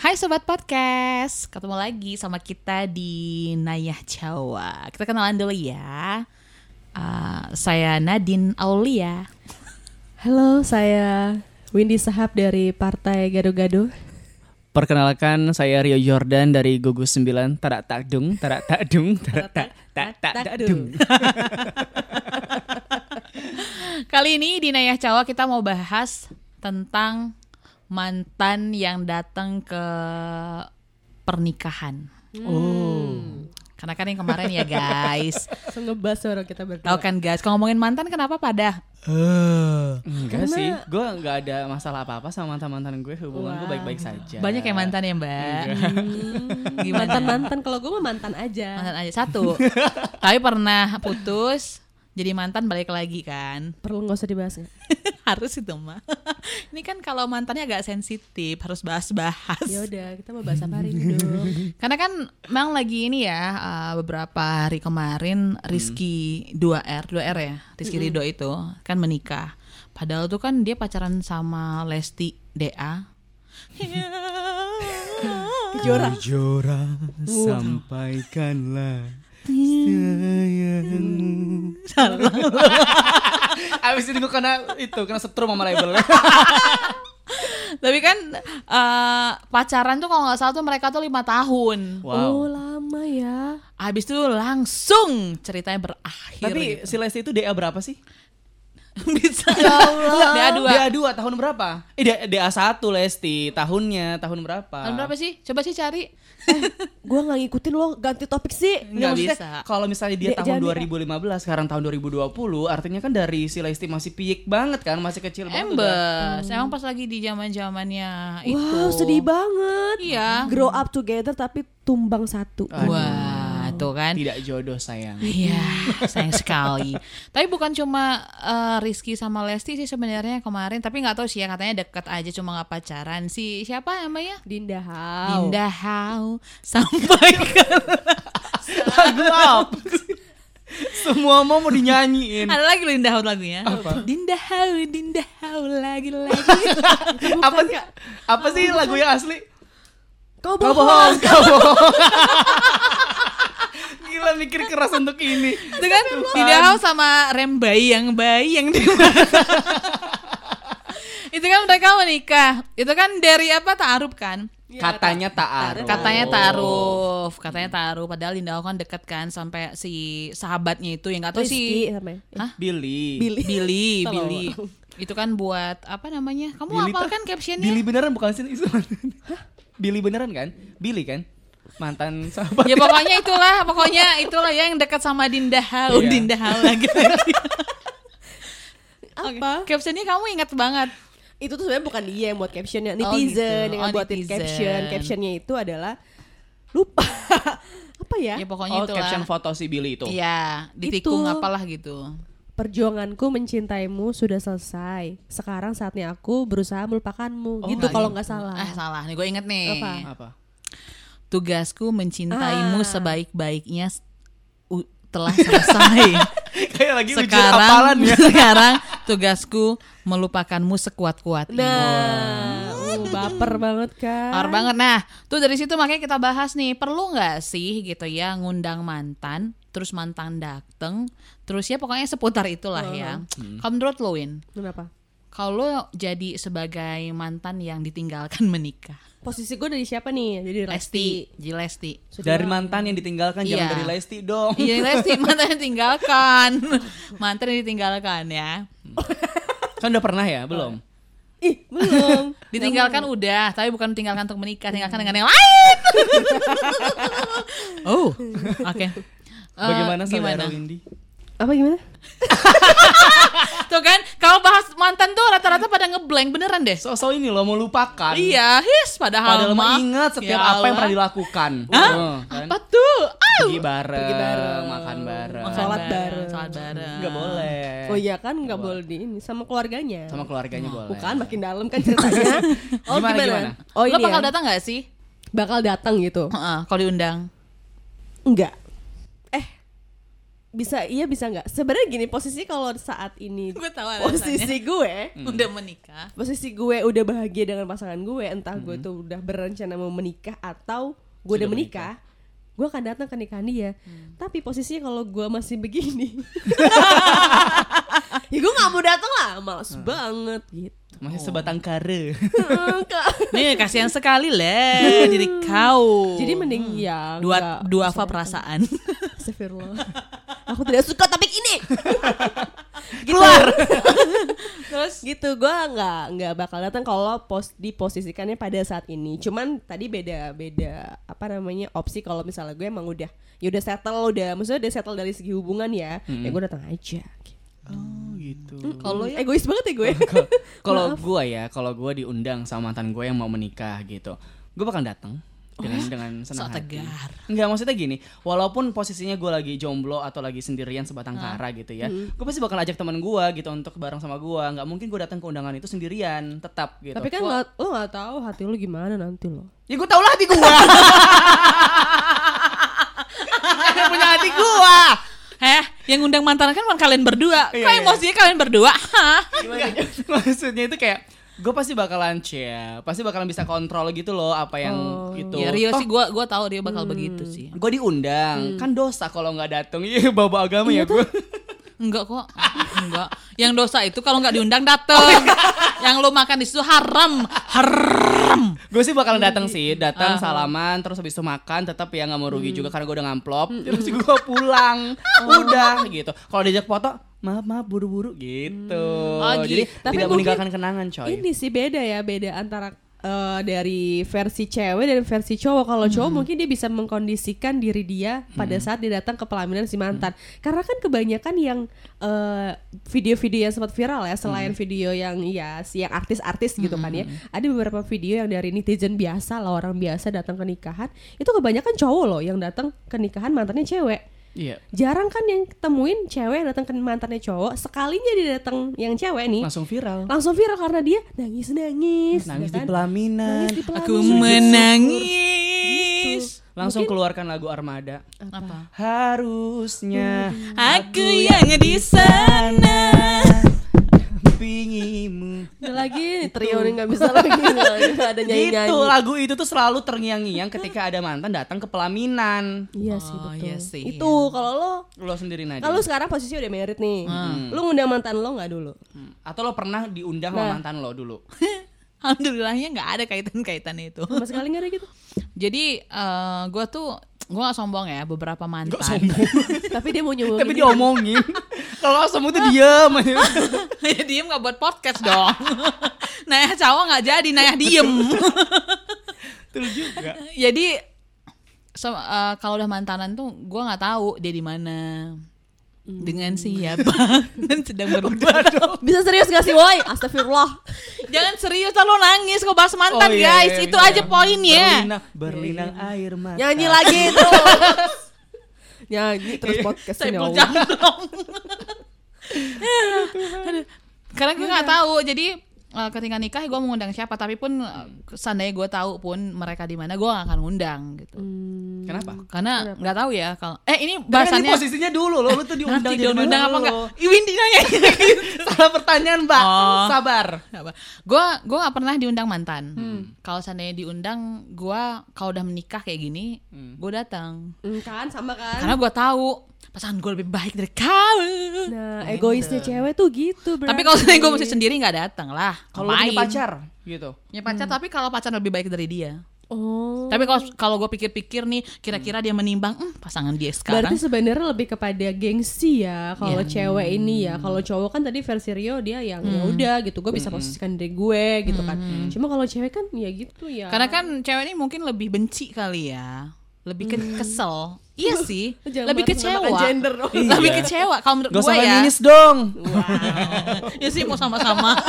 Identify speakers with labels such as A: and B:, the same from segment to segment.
A: Hai Sobat Podcast, ketemu lagi sama kita di Nayah Jawa Kita kenalan dulu ya Eh, Saya Nadine Aulia
B: Halo, saya Windy Sahab dari Partai Gado-Gado.
C: Perkenalkan saya Rio Jordan dari Gugus 9 Tadak Takdung Tadak Takdung Tadak Tak Tak Tak Takdung
A: Kali ini di Nayah Jawa kita mau bahas tentang mantan yang datang ke pernikahan Oh. Karena kan yang kemarin ya guys
B: Sengebas suara kita berdua.
A: Tahu kan guys, kalau ngomongin mantan kenapa pada
C: Enggak sih, gue nggak ada masalah apa-apa sama mantan-mantan gue Hubungan gue baik-baik saja
A: banyak yang mantan ya mbak Gimana?
B: Mantan-mantan, kalau gue mah mantan aja.
A: Iya. mantan aja satu tapi pernah putus jadi mantan balik lagi kan
B: Perlu nggak usah dibahas ya? nggak?
A: harus itu mah ini kan kalau mantannya agak sensitif harus
B: Ya
A: bahas-bahas
B: udah, kita mau bahas apa hari ini dong?
A: karena kan memang lagi ini ya uh, beberapa hari kemarin Rizky 2R 2R ya Rizky Ridho itu kan menikah padahal tuh kan dia pacaran sama Lesti DA
C: Kejora Kejora Sampaikanlah
A: Iya.
C: sayang Abis itu gue kena itu, kena setrum sama label
A: tapi kan uh, pacaran tuh kalau nggak salah tuh mereka tuh lima tahun
B: Oh,
C: Wow
B: lama ya.
A: Habis itu langsung ceritanya berakhir.
C: Tapi si Lesti itu DA berapa sih?
A: bisa Dia dua.
C: DA 2 tahun berapa? Eh DA, DA 1 Lesti, tahunnya, tahun berapa?
A: Tahun berapa sih? Coba sih cari. Eh,
B: Gue nggak ngikutin lo, ganti topik sih.
C: Nggak
A: Nggak
C: maksudnya
A: bisa.
C: Kalau misalnya dia
B: Dia
C: tahun
B: jadi-
C: 2015, sekarang tahun 2020, artinya kan dari si Lesti masih piyik banget kan, masih kecil banget. udah.
A: Embes. Emang pas lagi di zaman-zamannya itu.
B: Wow, sedih banget.
A: Gitu. Iya.
B: Grow up together tapi tumbang satu.
A: Wah, tuh kan.
C: Tidak jodoh sayang.
A: Iya, sayang sekali. Tapi bukan cuma eh, Rizky sama Lesti sih sebenarnya kemarin, tapi nggak tahu sih ya katanya dekat aja cuma nggak pacaran. Si siapa namanya?
B: Dinda Hao.
A: Dinda Hau sampai ke
C: Lagu apa sih? Semua mau mau dinyanyiin.
A: ada lagi loh Dinda Hau lagunya. Dinda Hau, Dinda Hau lagi lagi.
C: apa sih? Apa sih lagu yang asli?
B: Kau
C: Kau
B: bohong.
C: bohong, kau bohong. Gila mikir keras untuk ini.
A: Itu kan Dinda Hao sama Rem Bayang Bayang di mana? Itu kan mereka menikah. Itu kan dari apa taaruf kan?
C: Katanya taaruf.
A: Katanya taaruf, katanya taaruf. Padahal Dinda Hao kan deket kan sampai si sahabatnya itu yang nggak tahu si
B: Rizky ya? namanya.
C: Billy.
A: Billy, Billy.
B: Tolong.
A: Itu kan buat apa namanya? Kamu
C: Billy
A: hafal
C: tuh-
A: kan captionnya?
C: Billy beneran bukan sih istilahnya. Billy beneran kan? Billy kan? Mantan sahabat.
A: Ya pokoknya itulah, pokoknya itulah ya, yang dekat sama Dinda Hao,
C: Iya.
A: Dinda Hao lagi. lagi.
B: Apa?
A: Captionnya kamu ingat banget.
B: itu tuh sebenarnya bukan dia yang buat captionnya
A: Oh,
B: netizen
A: gitu.
B: yang
A: Oh,
B: buatin
A: netizen.
B: caption captionnya itu adalah lupa apa ya
A: Ya pokoknya
C: Oh,
A: itulah.
C: caption foto si Billy itu.
A: Iya, ditikung
B: Itu.
A: apalah gitu.
B: perjuanganku mencintaimu sudah selesai sekarang saatnya aku berusaha melupakanmu
C: Oh,
B: gitu
C: nggak
B: kalau
C: gitu.
B: nggak salah
A: Ah, salah nih, gue inget nih.
B: Apa?
C: Apa?
A: Tugasku mencintaimu
B: Ah.
A: sebaik-baiknya s- u- telah selesai.
C: Kayak lagi ujian
A: sekarang,
C: apalan ya.
A: sekarang tugasku melupakanmu
B: Iya.
A: sekuat-kuatnya.
B: nah uh, baper banget kan
A: Parah banget. Nah, tuh dari situ makanya kita bahas nih, perlu nggak sih gitu ya ngundang mantan, terus mantan dateng, terus ya pokoknya seputar itulah ya. Kalau menurut lo, Win,
B: kenapa
A: kalau lo jadi sebagai mantan yang ditinggalkan menikah,
B: posisi gue dari siapa nih jadi
A: Lesti, jadi Lesti.
B: Sudah
C: Dari mantan yang ditinggalkan jangan
A: Iya.
C: dari Lesti
B: Oh,
C: dong.
A: Iya Lesti mantan yang ditinggalkan Mantan yang ditinggalkan ya
C: Kan udah pernah ya? Belum.
A: Eh,
B: ih belum
A: Ditinggalkan udah Tapi bukan ditinggalkan untuk
B: Hmm.
A: menikah Tinggalkan dengan yang lain Oh Oke Eh,
C: Bagaimana saudara Windy?
B: apa gimana
A: Tuh kan Kalau bahas mantan tuh rata-rata pada ngeblank Beneran deh
C: Sosok ini lo melupakan.
A: Iya his Padahal,
C: Padahal
A: mah
C: mah ingat
A: Ya
C: setiap apa yang
A: Allah.
C: pernah dilakukan.
A: Hah?
C: Heeh, kan?
A: Apa tuh Ah,
C: Pergi bareng,
B: Pergi bareng.
C: makan bareng.
A: makan
B: Sholat bareng.
A: Sholat bareng
C: Enggak boleh.
B: oh iya kan nggak boleh di ini sama keluarganya
C: Sama keluarganya boleh.
B: bukan makin dalam kan ceritanya oh
C: Gimana,
B: gimana,
C: gimana?
B: oh ini
A: Lo bakal
B: ya,
A: datang gak sih?
B: bakal datang gitu
A: Heeh, Kalau diundang
B: Enggak. Eh, bisa iya bisa nggak sebenarnya gini posisi kalau saat ini
A: Gue tahu alasannya.
B: posisi gue
C: Hmm.
A: Udah menikah.
B: posisi gue udah bahagia dengan pasangan gue entah gue tuh udah berencana mau menikah atau gue udah
C: Sudah menikah.
B: menikah, gue akan datang ke nikahan dia
A: Hmm.
B: tapi posisinya kalau gue masih begini ya gue nggak mau datang lah males
A: Hmm.
B: banget gitu
C: Masih sebatang kara.
A: Nih kasihan sekali leh diri kau.
B: Hmm. jadi mending ya
A: dua
B: nggak
A: dua
B: usah
A: apa
B: datang.
A: perasaan
B: Astagfirullah. aku tidak suka topik ini
A: keluar. Gitu. Terus
B: gitu gue nggak nggak bakal datang kalau pos diposisikannya pada saat ini cuman tadi beda beda apa namanya opsi kalau misalnya gue emang udah ya udah settle udah maksudnya udah settle dari segi hubungan ya ya gue datang aja gitu.
C: Oh gitu.
A: kalau ya
B: egois banget ya gue
C: Kalau gua ya, kalau gua diundang sama mantan gue yang mau menikah gitu, gue bakal datang dengan dengan senang
A: sok
C: hati.
A: tegar.
C: Enggak maksudnya gini, walaupun posisinya gue lagi jomblo atau lagi sendirian sebatang kara gitu ya, gue pasti bakal ajak teman gue gitu untuk bareng sama gue. Nggak mungkin gue datang ke undangan itu sendirian, tetap gitu.
B: tapi kan nggak- lo nggak tahu hati lo gimana nanti lo
C: ya gue tau lah hati gue. Yang punya hati gue.
A: Eh, yang undang mantan kan bukan kalian berdua.
B: Iya,
A: Kok emosinya kalian berdua? Hah?
C: Maksudnya itu kayak gue pasti bakalan ya, pasti bakalan bisa kontrol gitu loh apa yang gitu.
A: Ya
B: Oh.
A: Rio sih gua gua tahu dia
B: Hmm.
A: bakal begitu sih.
C: gue diundang kan dosa kalau nggak datang iya bawa agama ya gue
A: Enggak kok. Enggak. Yang dosa itu kalau nggak diundang dateng.
B: Oh,
A: Yang lu makan di situ haram. Haram.
C: gue sih
B: Iya,
C: bakalan datang sih
B: Ah,
C: datang salaman terus habis itu makan tetap ya nggak mau
B: Hmm.
C: rugi juga karena gue udah ngamplop terus gue pulang udah gitu kalau diajak foto maaf maaf buru-buru gitu
A: Oh,
C: jadi
A: gitu.
B: Hmm. Tapi
C: tidak
B: mungkin
C: meninggalkan kenangan coy
B: ini sih beda ya beda antara eh, dari versi cewek dan versi cowok kalau cowok mungkin dia bisa mengkondisikan diri dia pada saat dia datang ke pelaminan si mantan karena kan kebanyakan yang eh, video-video yang sempat viral ya selain video yang ya si yang artis-artis gitu kan ya ada beberapa video yang dari netizen biasa lah orang biasa datang ke nikahan itu kebanyakan cowok loh yang datang ke nikahan mantannya cewek
C: iya
B: jarang kan yang ketemuin cewek yang datang ke mantannya cowok sekalinya dia datang yang cewek nih
C: langsung viral
B: langsung viral karena dia nangis nangis
C: nangis
B: ya
C: di
B: kan?
C: pelaminan
B: Nangis di pelaminan.
A: Aku menangis.
C: langsung keluarkan lagu Armada
A: Gitu.
B: Ah.
A: Apa?
C: harusnya
A: Aku yang di sana.
B: Hmm.
C: pingimu
B: Ada lagi nih, trio nih nggak bisa lagi nggak nggak ada nyanyi nyanyi
C: Gitu lagu itu tuh selalu terngiang-ngiang ketika ada mantan datang ke pelaminan.
B: iya sih
A: Oh,
B: betul
A: iya sih,
B: itu kalau lo
C: Lo sendiri Nadia.
B: kalau sekarang posisi udah merit nih
A: Hmm.
B: lo ngundang mantan lo nggak dulu
C: Hmm. Atau lo pernah diundang sama mantan lo dulu?
A: Alhamdulillahnya nggak ada kaitan-kaitan itu.
B: sama sekali nggak ada gitu
A: Jadi eh, gua tuh gua gak sombong ya beberapa mantan.
B: tapi dia mau gitu. nyumbang
C: Tapi diomongin. Kalau semut tuh diam.
A: ya diem nggak buat podcast dong. Nayah cowok nggak jadi, Nayah diem.
C: Betul juga.
A: jadi so- eh, kalau udah mantanan tuh gua nggak tahu dia di mana, dengan siapa dan sedang berbuat.
B: bisa serius gak sih woi astagfirullah
A: Jangan serius lah, lo nangis kok bahas mantan
C: Oh, iya,
A: guys,
C: iya,
A: itu
C: iya.
A: aja poinnya.
C: Berlinang, berlinang air mata.
B: nyanyi lagi terus nyanyi terus
C: Iya,
B: podcast ini
A: Sampel
B: Allah
A: jablong. Aduh. Karena gue nggak tahu, jadi eh, ketika nikah gue mau ngundang siapa, tapi pun eh, seandainya gue tahu pun mereka di mana, gue gak akan ngundang gitu.
C: Kenapa?
A: Karena nggak tahu ya kalau eh ini
C: Bahasanya
A: bahasannya
C: posisinya dulu lo, lo tuh diundang
A: nanti
C: jadi
A: dia ngundang
C: mantan
A: apa
C: lo.
A: enggak? Ih, Windy nanya.
C: Salah pertanyaan, Mbak.
A: Oh.
C: Sabar.
A: Gue gue nggak pernah diundang mantan. Kalau seandainya diundang, gue kalau udah menikah kayak gini, gue datang.
B: Hmm, kan sama kan
A: Karena gue tahu pasangan gue lebih baik dari kau.
B: nah egoisnya cewek tuh gitu
A: Tapi kalau seandainya gue masih sendiri nggak datang lah.
C: Kalau lo punya
A: Ngapain?
C: pacar gitu.
A: punya pacar tapi kalau pacar lebih baik dari dia
B: Hmm. oh
A: tapi kalau kalau gue pikir-pikir nih kira-kira dia menimbang "Hmm, pasangan dia sekarang
B: Berarti sebenarnya lebih kepada gengsi ya kalau cewek ini ya. Kalau cowok kan tadi versi Rio dia yang ya udah gitu, gue bisa posisikan diri gue gitu kan. Cuma kalau cewek kan ya gitu ya.
A: karena kan cewek ini mungkin lebih benci kali ya lebih ke- kesel iya sih
B: Hmm. Jangan
A: lebih
B: mengatasnamakan
A: kecewa
B: gender dong. Iya.
A: lebih kecewa kalau menurut gue
C: Gak usah
A: ya
C: feminis dong.
A: ya sih mau sama-sama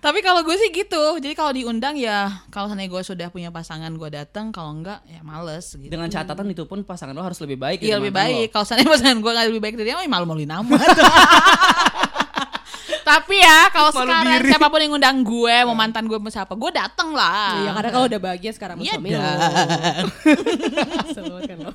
A: tapi kalau gue sih gitu jadi kalau diundang ya kalau seandainya gue sudah punya pasangan gue datang kalau enggak ya males gitu
C: Dengan catatan itu pun pasangan lo harus lebih baik.
A: Iya
C: dari
A: lebih
C: mantan lo.
A: baik. Kalau seandainya pasangan gue gak lebih baik dari dia, oh, ya mah malu maluin amat. Tapi ya kalau
C: Malu
A: sekarang
C: diri. Nah.
A: siapapun yang ngundang gue, mau mantan gue mau siapa, gue dateng lah.
C: Iya.
B: Iya karena kalau udah bahagia sekarang sama
A: Iya
B: suami lo.
A: dah.
B: Selamat kan lo.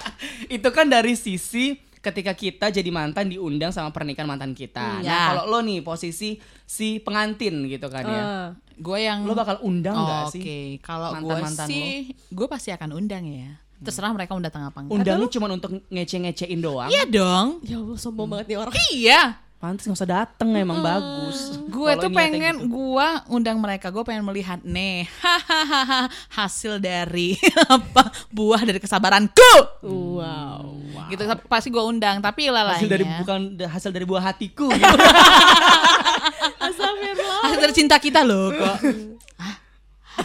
C: itu kan dari sisi ketika kita jadi mantan diundang sama pernikahan mantan
A: Hmm,
C: kita. Nah,
A: ya.
C: kalau lo nih posisi si pengantin gitu kan ya.
B: Ah.
A: Gue yang
C: Lo bakal undang
A: Oh,
C: nggak
A: Oke,
C: sih?
A: kalau gue
C: Mantan-mantan Hmm.
A: sih, gue pasti akan undang ya. Terserah mereka mau datang apa enggak.
C: Undangnya cuma untuk ngece-ngecein doang.
A: Iya dong.
B: Ya Allah sombong banget nih orang.
A: Iya.
C: Pantes nggak usah dateng emang bagus.
A: Gue
C: Kalau
A: tuh
C: niatnya
A: pengen
C: gitu.
A: gue undang mereka, gue pengen melihat nih hahaha hasil dari apa buah dari kesabaranku.
B: Wow.
A: Gitu pasti gue undang, tapi lah
C: hasil dari bukan hasil dari buah hatiku. gitu.
B: Astagfirullah.
A: hasil dari cinta kita loh kok.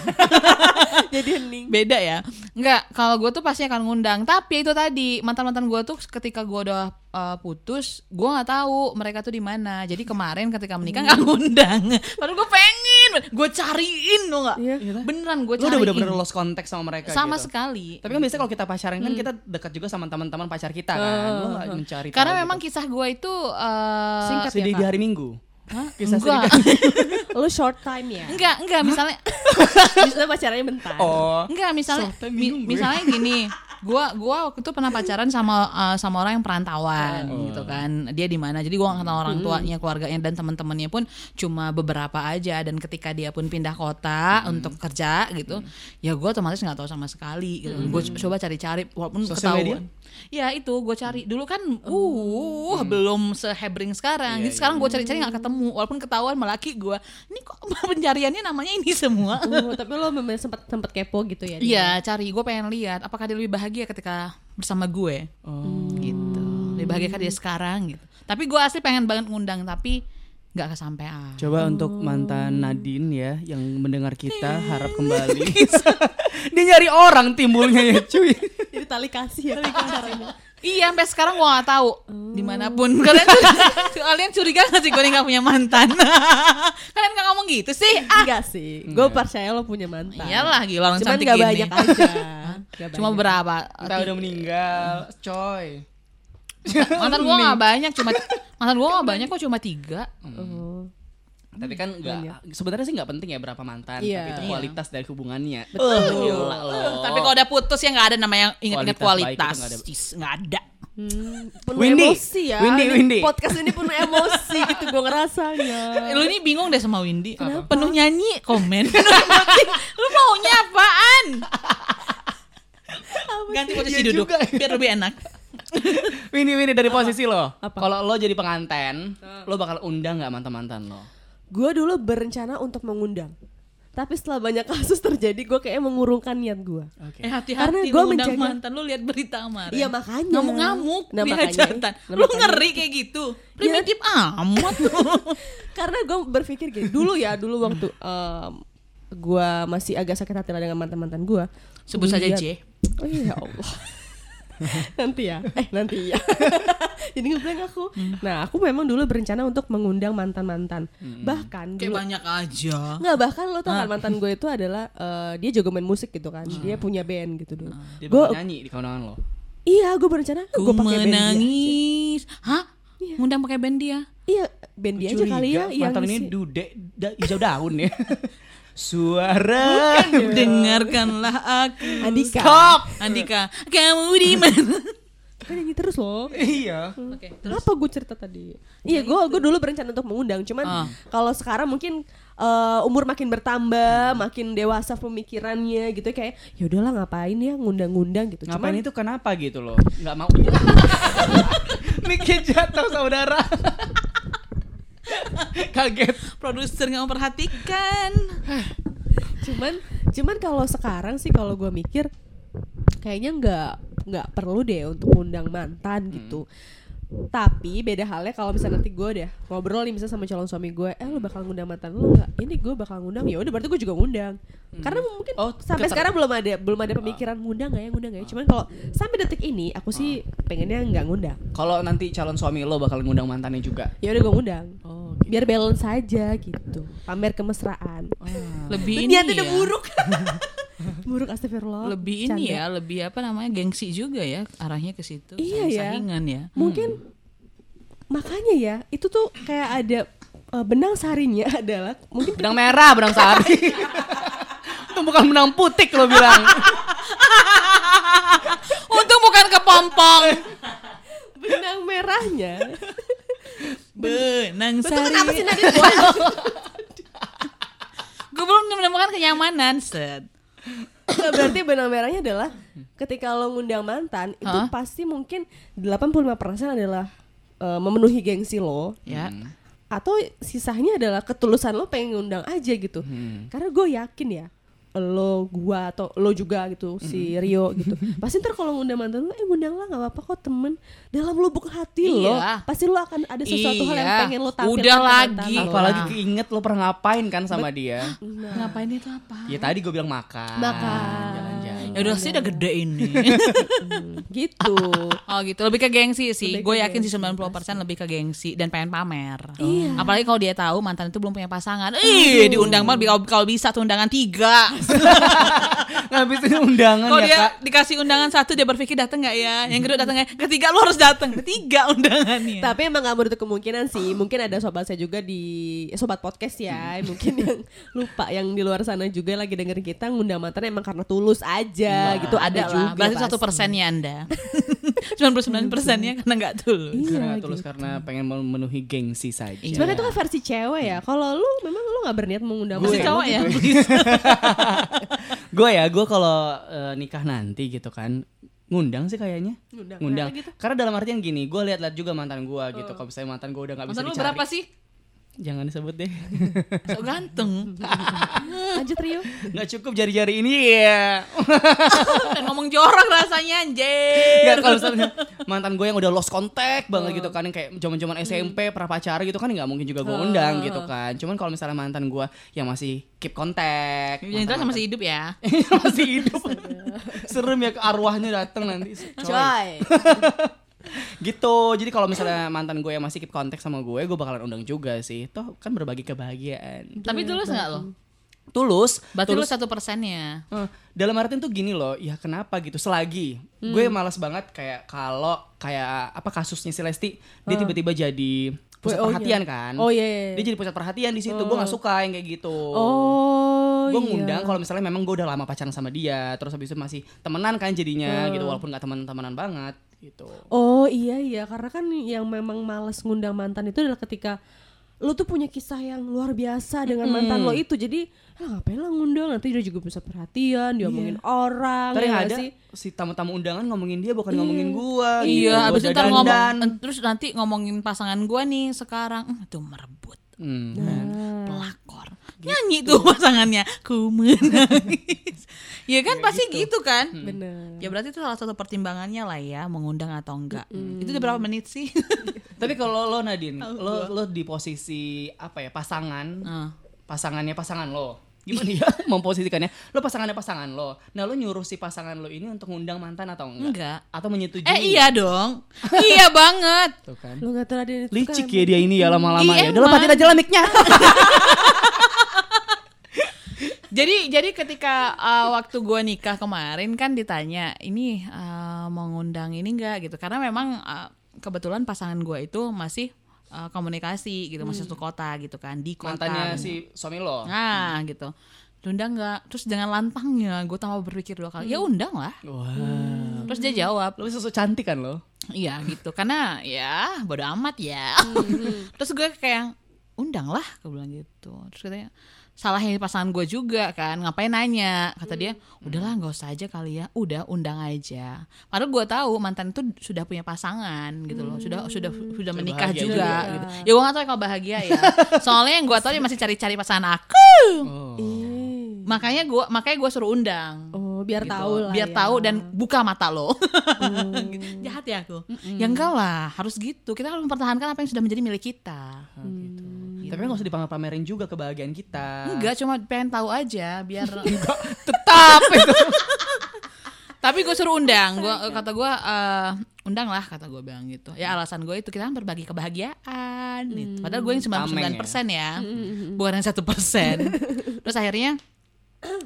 B: Jadi hening.
A: Beda ya. Enggak, kalau gue tuh pasti akan ngundang, tapi itu tadi mantan-mantan gue tuh ketika gue udah uh, putus, gue nggak tahu mereka tuh di mana. Jadi kemarin ketika menikah nggak ngundang. Padahal gue pengen, gue cariin lo nggak?
B: Iya.
A: Beneran gue
C: kan? Lo udah
A: cariin.
C: bener-bener lost contact sama mereka
A: sama
C: gitu.
A: sekali. Hmm.
C: Tapi kan biasanya kalau kita pacaran kan kita dekat juga sama teman-teman pacar kita kan. Lo nggak mencari
A: Eh, Karena
C: tahu
A: memang kisah gue itu eh,
C: gitu. singkat di hari Minggu.
A: Hah?
C: Kisah
A: enggak.
B: Lu short time ya.
A: enggak, enggak misalnya
B: Lu pacarannya bentar.
C: Oh.
A: enggak misalnya
C: Soalnya
A: mi-
C: bingung gue.
A: misalnya gini. Gua gua waktu itu pernah pacaran sama eh, sama orang yang perantauan
C: Oh.
A: gitu kan. Dia di mana? Jadi gua gak kenal orang tuanya, keluarganya dan teman-temannya pun cuma beberapa aja dan ketika dia pun pindah kota untuk kerja gitu,
C: Mm.
A: ya gua otomatis nggak tahu sama sekali gitu. Gua co- coba cari-cari walaupun
C: Sosial media? Oh.
A: ketahuan. Ya itu gue cari dulu kan, uh
C: Mm.
A: belum sehebring
C: Iya,
A: sekarang. Jadi sekarang gue cari-cari nggak ketemu, walaupun ketahuan melaki gue. Ini kok pencariannya namanya ini semua.
B: Oh, tapi lo memang sempat sempat kepo gitu ya. dia?
A: Iya cari, gue pengen lihat apakah dia lebih bahagia ketika bersama gue.
B: Oh.
A: Gitu, lebih bahagia kah dia sekarang gitu. Tapi gue asli pengen banget ngundang tapi nggak kesampaian.
B: Oh.
C: Coba untuk mantan Nadine ya yang mendengar kita harap kembali. Dia nyari orang timbulnya ya cuy.
B: Jadi tali kasih ya pacarannya.
A: Iya, sampai sekarang gue nggak tahu
B: Oh.
A: dimanapun. Kalian kalian curiga nggak sih gue ini nggak punya mantan? kalian nggak ngomong gitu sih? Ah,
B: Enggak Iya, sih. Gue percaya lo punya mantan.
A: iyalah gila orang
B: Cuman
A: cantik
B: gak
A: gini.
B: banyak aja. Gak
A: Iya. Cuma
B: banyak.
A: berapa?
C: Kita udah meninggal, coy.
A: Mantan gua nggak banyak, cuma mantan gua nggak banyak kok cuma tiga. uh.
B: Oh.
C: Tapi kan nggak sebenarnya sih nggak penting ya berapa mantan,
B: Iya.
C: tapi itu
A: Iya.
C: kualitas dari hubungannya.
B: Betul.
C: Eh, gila loh.
A: Tapi kalau udah putus ya nggak ada namanya ingat-ingat
C: Kualitas
A: kualitas.
C: baik itu nggak ada.
A: Cis, Nggak ada.
B: Hmm, penuh
C: Windy,
B: emosi ya.
C: Windy,
B: Ini
C: Windy.
B: Podcast ini penuh emosi gitu gue
A: Eh,
B: ngerasanya.
A: Lu ini bingung deh sama Windy. Penuh nyanyi, komen. Penuh emosi. Lu maunya apaan? Ganti posisi
C: Iya
A: duduk
C: juga.
A: biar lebih enak.
C: Winnie Winnie dari posisi lo.
B: Apa? Hmm.
C: Kalau lo jadi penganten, lo bakal undang nggak mantan-mantan lo?
B: Gue dulu berencana untuk mengundang. Tapi setelah banyak kasus terjadi, gue kayaknya mengurungkan niat gue.
C: Oke.
A: Eh
B: Karena
A: hati-hati
B: gua
A: lu undang
B: menjaga-
A: mantan lu lihat berita kemarin.
B: Iya, makanya.
A: Ngamuk-ngamuk
B: Nah,
A: di
B: makanya.
A: hajatan.
B: Nah,
A: Lu
B: makanya. Iya.
A: ngeri kayak gitu. Primitif amat
B: Karena gue berpikir gini, dulu ya, dulu waktu gue masih agak sakit hati lah dengan mantan-mantan gue.
A: Sebut saja
B: Lihat-
A: J.
B: Oh iya ya Allah. nanti ya, eh nanti ya. Jadi ngeblank aku. Nah, aku memang dulu berencana untuk mengundang mantan-mantan. Bahkan
A: Kayak
B: dulu-
A: banyak aja.
B: Nggak bahkan lo tau kan mantan gue itu adalah eh, dia jago main musik gitu kan. Dia punya band gitu dulu.
C: Dia
B: Gue
C: bakal nyanyi di kondangan lo.
B: iya, gue berencana eh,
A: Ku
B: gue pakai band dia.
A: menangis. Hah? Ngundang pakai ya? band dia.
B: Iya, band dia aja
C: Curiga,
B: kali ya yang
C: Mantan ini
B: ngisi.
C: dude da, hijau daun ya. Suara.
B: ya.
A: Dengarkanlah aku.
B: Iya. Andika. Iya.
A: Stop. Andika, kamu di mana?
B: Kan nyanyi terus loh.
C: Iya.
A: Oke.
B: Apa gue cerita tadi? Iya, gue gue dulu berencana untuk mengundang, cuman
A: Ah.
B: kalau sekarang mungkin eh, umur makin bertambah, makin dewasa pemikirannya gitu kayak ya udahlah ngapain ya ngundang-ngundang gitu. cuman
C: Ngapain itu kenapa gitu loh? Nggak mau. Mikir jatuh saudara. Kaget.
A: Produser nggak memperhatikan.
B: cuman cuman kalau sekarang sih kalau gue mikir kayaknya nggak nggak perlu deh untuk undang mantan gitu tapi beda halnya kalau misalnya nanti gue deh ngobrol nih misalnya sama calon suami gue eh lu bakal ngundang mantan lu nggak ini gue bakal ngundang ya udah berarti gue juga ngundang karena mungkin
C: Oh,
B: sampai
C: keter-
B: sekarang belum ada belum ada pemikiran ngundang nggak ya ngundang nggak ya cuman kalau sampai detik ini aku sih pengennya nggak ngundang
C: Kalau nanti calon suami lo bakal ngundang mantannya juga.
B: ya udah gue ngundang
C: Oh.
B: biar balance aja gitu pamer kemesraan
A: Lebih ini
B: niatnya udah
A: ya.
B: buruk buruk astagfirullah
A: Lebih ini
B: Oh, Canda.
A: ya, lebih apa namanya gengsi juga ya arahnya ke situ.
B: Iya ya.
A: Saingan ya.
B: mungkin makanya ya itu tuh kayak ada eh, benang sarinya adalah mungkin
C: Benang merah, benang sari. Itu bukan benang putih lo bilang.
A: Untung bukan ke pompong.
B: benang merahnya
A: Benang
B: Betul
A: sari.
B: kenapa sih Nadine?
A: Gue belum menemukan kenyamanan, set.
B: Nggak, Eh, berarti benang merahnya adalah ketika lo ngundang mantan itu
A: Hah?
B: pasti mungkin 85% adalah eh, memenuhi gengsi lo
A: Ya.
B: Hmm. atau sisanya adalah ketulusan lo pengen ngundang aja gitu
A: Hmm.
B: karena gue yakin ya lo gua atau lo juga gitu si
A: Hmm.
B: Rio gitu pasti ntar kalau ngundang mantan lo eh ngundang lah nggak apa-apa kok temen dalam lubuk hati lo
A: Iya.
B: pasti lo akan ada sesuatu hal yang
A: Iya.
B: pengen lo tampilkan
A: Udah
B: ke mantan
A: lagi.
B: lo.
C: Apalagi
A: Nah.
C: keinget lo pernah ngapain kan sama dia.
A: Ngapain itu apa?
C: Ya tadi gue bilang makan.
B: Makan.
C: Jalan-jalan.
A: Ya udah sih udah gede ini.
B: gitu
A: Oh gitu, lebih ke gengsi sih.
B: Lebih ke
A: Gue yakin sih
B: gengsi,
A: 90% lebih ke gengsi dan pengen pamer.
B: Iya.
A: Apalagi kalau dia tahu mantan itu belum punya pasangan. Ih, diundang banget kalau, kalau bisa tuh undangan tiga.
C: Ngabisin undangan
A: Kalau
C: ya kak.
A: dia dikasih undangan satu dia berpikir datang nggak ya? Yang kedua datang nggak? Ketiga lu harus datang. Ketiga undangannya.
B: tapi emang gak menutup kemungkinan sih mungkin ada sobat saya juga di eh, sobat podcast ya
A: Hmm.
B: mungkin yang lupa yang di luar sana juga lagi dengerin kita ngundang mantan emang karena tulus aja
A: Iya,
B: gitu ada
A: Adalah,
B: juga
A: Berarti
B: pasti.
A: satu persennya anda. 99 persennya karena nggak tulus.
B: Iya,
C: Karena tulus karena pengen memenuhi gengsi saja.
A: Iya.
B: Sebenarnya itu kan versi cewek
C: Hmm.
B: ya. Kalau lu memang lu nggak berniat mengundang
A: Masih
B: mantan
A: cowok
B: lu
A: ya.
B: gitu.
C: gue ya gue kalau eh, nikah nanti gitu kan ngundang sih kayaknya
B: Ngundang.
C: ngundang
B: Kenapa gitu?
C: karena dalam artian gini gue lihat-lihat juga mantan gue gitu kalau misalnya mantan gue udah nggak bisa
A: Oh. Mantan lu
C: dicari
A: berapa sih?
C: jangan disebut deh
A: So ganteng.
B: Lanjut Rio.
C: nggak cukup jari-jari ini ya
A: Dan ngomong jorok rasanya
C: Nggak,
A: anjir.
C: kalau misalnya mantan gue yang udah lost contact
A: Oh.
C: banget gitu kan yang kayak zaman-zaman
A: Hmm.
C: SMP pernah pacaran gitu kan nggak mungkin juga
A: Oh.
C: gue undang gitu kan cuman kalau misalnya mantan gue yang masih keep contact
A: Yang jelas masih hidup ya.
C: mantan-mantan- masih hidup serem ya arwahnya datang nanti coy. gitu jadi kalau misalnya mantan gue yang masih keep kontak sama gue gue bakalan undang juga sih toh kan berbagi kebahagiaan
A: Tapi tulus nggak lo?
C: tulus
A: Berarti lu
C: tulus
A: satu persennya.
C: Eh, dalam artian tuh gini loh ya kenapa gitu selagi
B: Hmm.
C: gue malas banget kayak kalau kayak apa kasusnya si lesti dia
B: Oh.
C: tiba-tiba jadi pusat
B: W.O. -nya.
C: perhatian kan
B: Oh, iya, iya, iya.
C: dia jadi pusat perhatian di situ gue nggak suka yang kayak gitu
B: Oh.
C: gue
B: iya.
C: ngundang kalau misalnya memang gue udah lama pacaran sama dia terus habis itu masih temenan kan jadinya
B: Hmm.
C: gitu walaupun nggak temenan-temenan banget gitu
B: Oh iya iya karena kan yang memang males ngundang mantan itu adalah ketika lu tuh punya kisah yang luar biasa dengan mantan lo itu jadi ah, ngapain lah ngundang nanti dia juga bisa perhatian diomongin orang
C: Iya. Ntar
B: ya
C: yang
B: nggak
C: ada
B: sih?
C: si tamu-tamu undangan ngomongin dia bukan ngomongin gua. gitu.
A: Iya, abis
C: Gua
A: itu ntar ngomong,
C: dandan.
A: en- terus nanti ngomongin pasangan gua nih sekarang, Hmm, tuh merebut,
C: Hmm.
A: Nah. pelakor, Gitu. nyanyi tuh pasangannya, ku menangis. ya kan pasti gitu, kan.
B: bener
A: Ya berarti itu salah satu pertimbangannya lah ya, mengundang atau enggak. Itu udah berapa menit sih?
C: Tapi kalau lo Nadine, lo lo di posisi apa ya pasangan,
A: Ah.
C: pasangannya pasangan lo. Gimana ya memposisikannya? Lo pasangannya pasangan lo. Nah lo nyuruh si pasangan lo ini untuk ngundang mantan atau enggak?
A: Enggak.
C: Atau menyetujui?
A: eh iya dong, iya banget.
C: Tuh kan.
B: lu nggak tahu ada itu
C: Licik
B: kan
C: ya dia ini ya lama-lama
A: Iya,
C: ya. Udah lepatin
A: emang.
C: aja lah mic-nya.
A: Jadi jadi ketika uh, waktu gua nikah kemarin kan ditanya ini uh, mau ngundang ini enggak gitu karena memang uh, kebetulan pasangan gua itu masih uh, komunikasi gitu masih satu kota gitu kan di kota.
C: Mantannya
A: gitu.
C: si suami lo.
A: Nah gitu. Undang enggak? Terus dengan lantangnya gue tambah berpikir dua kali. Ya
C: Hmm.
A: undang lah.
C: Wah.
A: Terus dia jawab,
C: Lo sosok cantik kan lo?
A: Iya gitu karena ya bodo amat ya.
C: Hmm.
A: Terus gue kayak undang lah gue bilang gitu. Terus katanya salahnya pasangan gue juga kan ngapain nanya kata dia
C: Hmm.
A: udahlah nggak usah aja kali ya udah undang aja padahal gue tahu mantan itu sudah punya pasangan gitu loh sudah sudah sudah menikah
C: Hmm. bahagia
A: juga,
C: juga.
A: gitu ya gue nggak tahu kalau bahagia ya soalnya yang gue tahu dia masih cari-cari pasangan aku
C: Oh.
B: Ih.
A: makanya gue makanya gue suruh undang
B: oh biar
A: gitu.
B: tahu lah
A: biar
B: ya. Hmm.
A: tahu dan buka mata lo Gitu. jahat ya aku ya enggak lah harus gitu kita harus mempertahankan apa yang sudah menjadi milik kita
C: Ah, gitu. Tapi nggak usah dipamer-pamerin juga kebahagiaan
A: Iya.
C: kita.
A: enggak cuma pengen tahu aja biar
C: Ah. Tetap itu.
A: tapi gue suruh undang gua kata gue eh undang lah kata gue bilang gitu ya alasan gue itu kita kan berbagi kebahagiaan gitu.
C: Hmm,
A: padahal gue yang 99 persen ya bukan yang satu persen terus akhirnya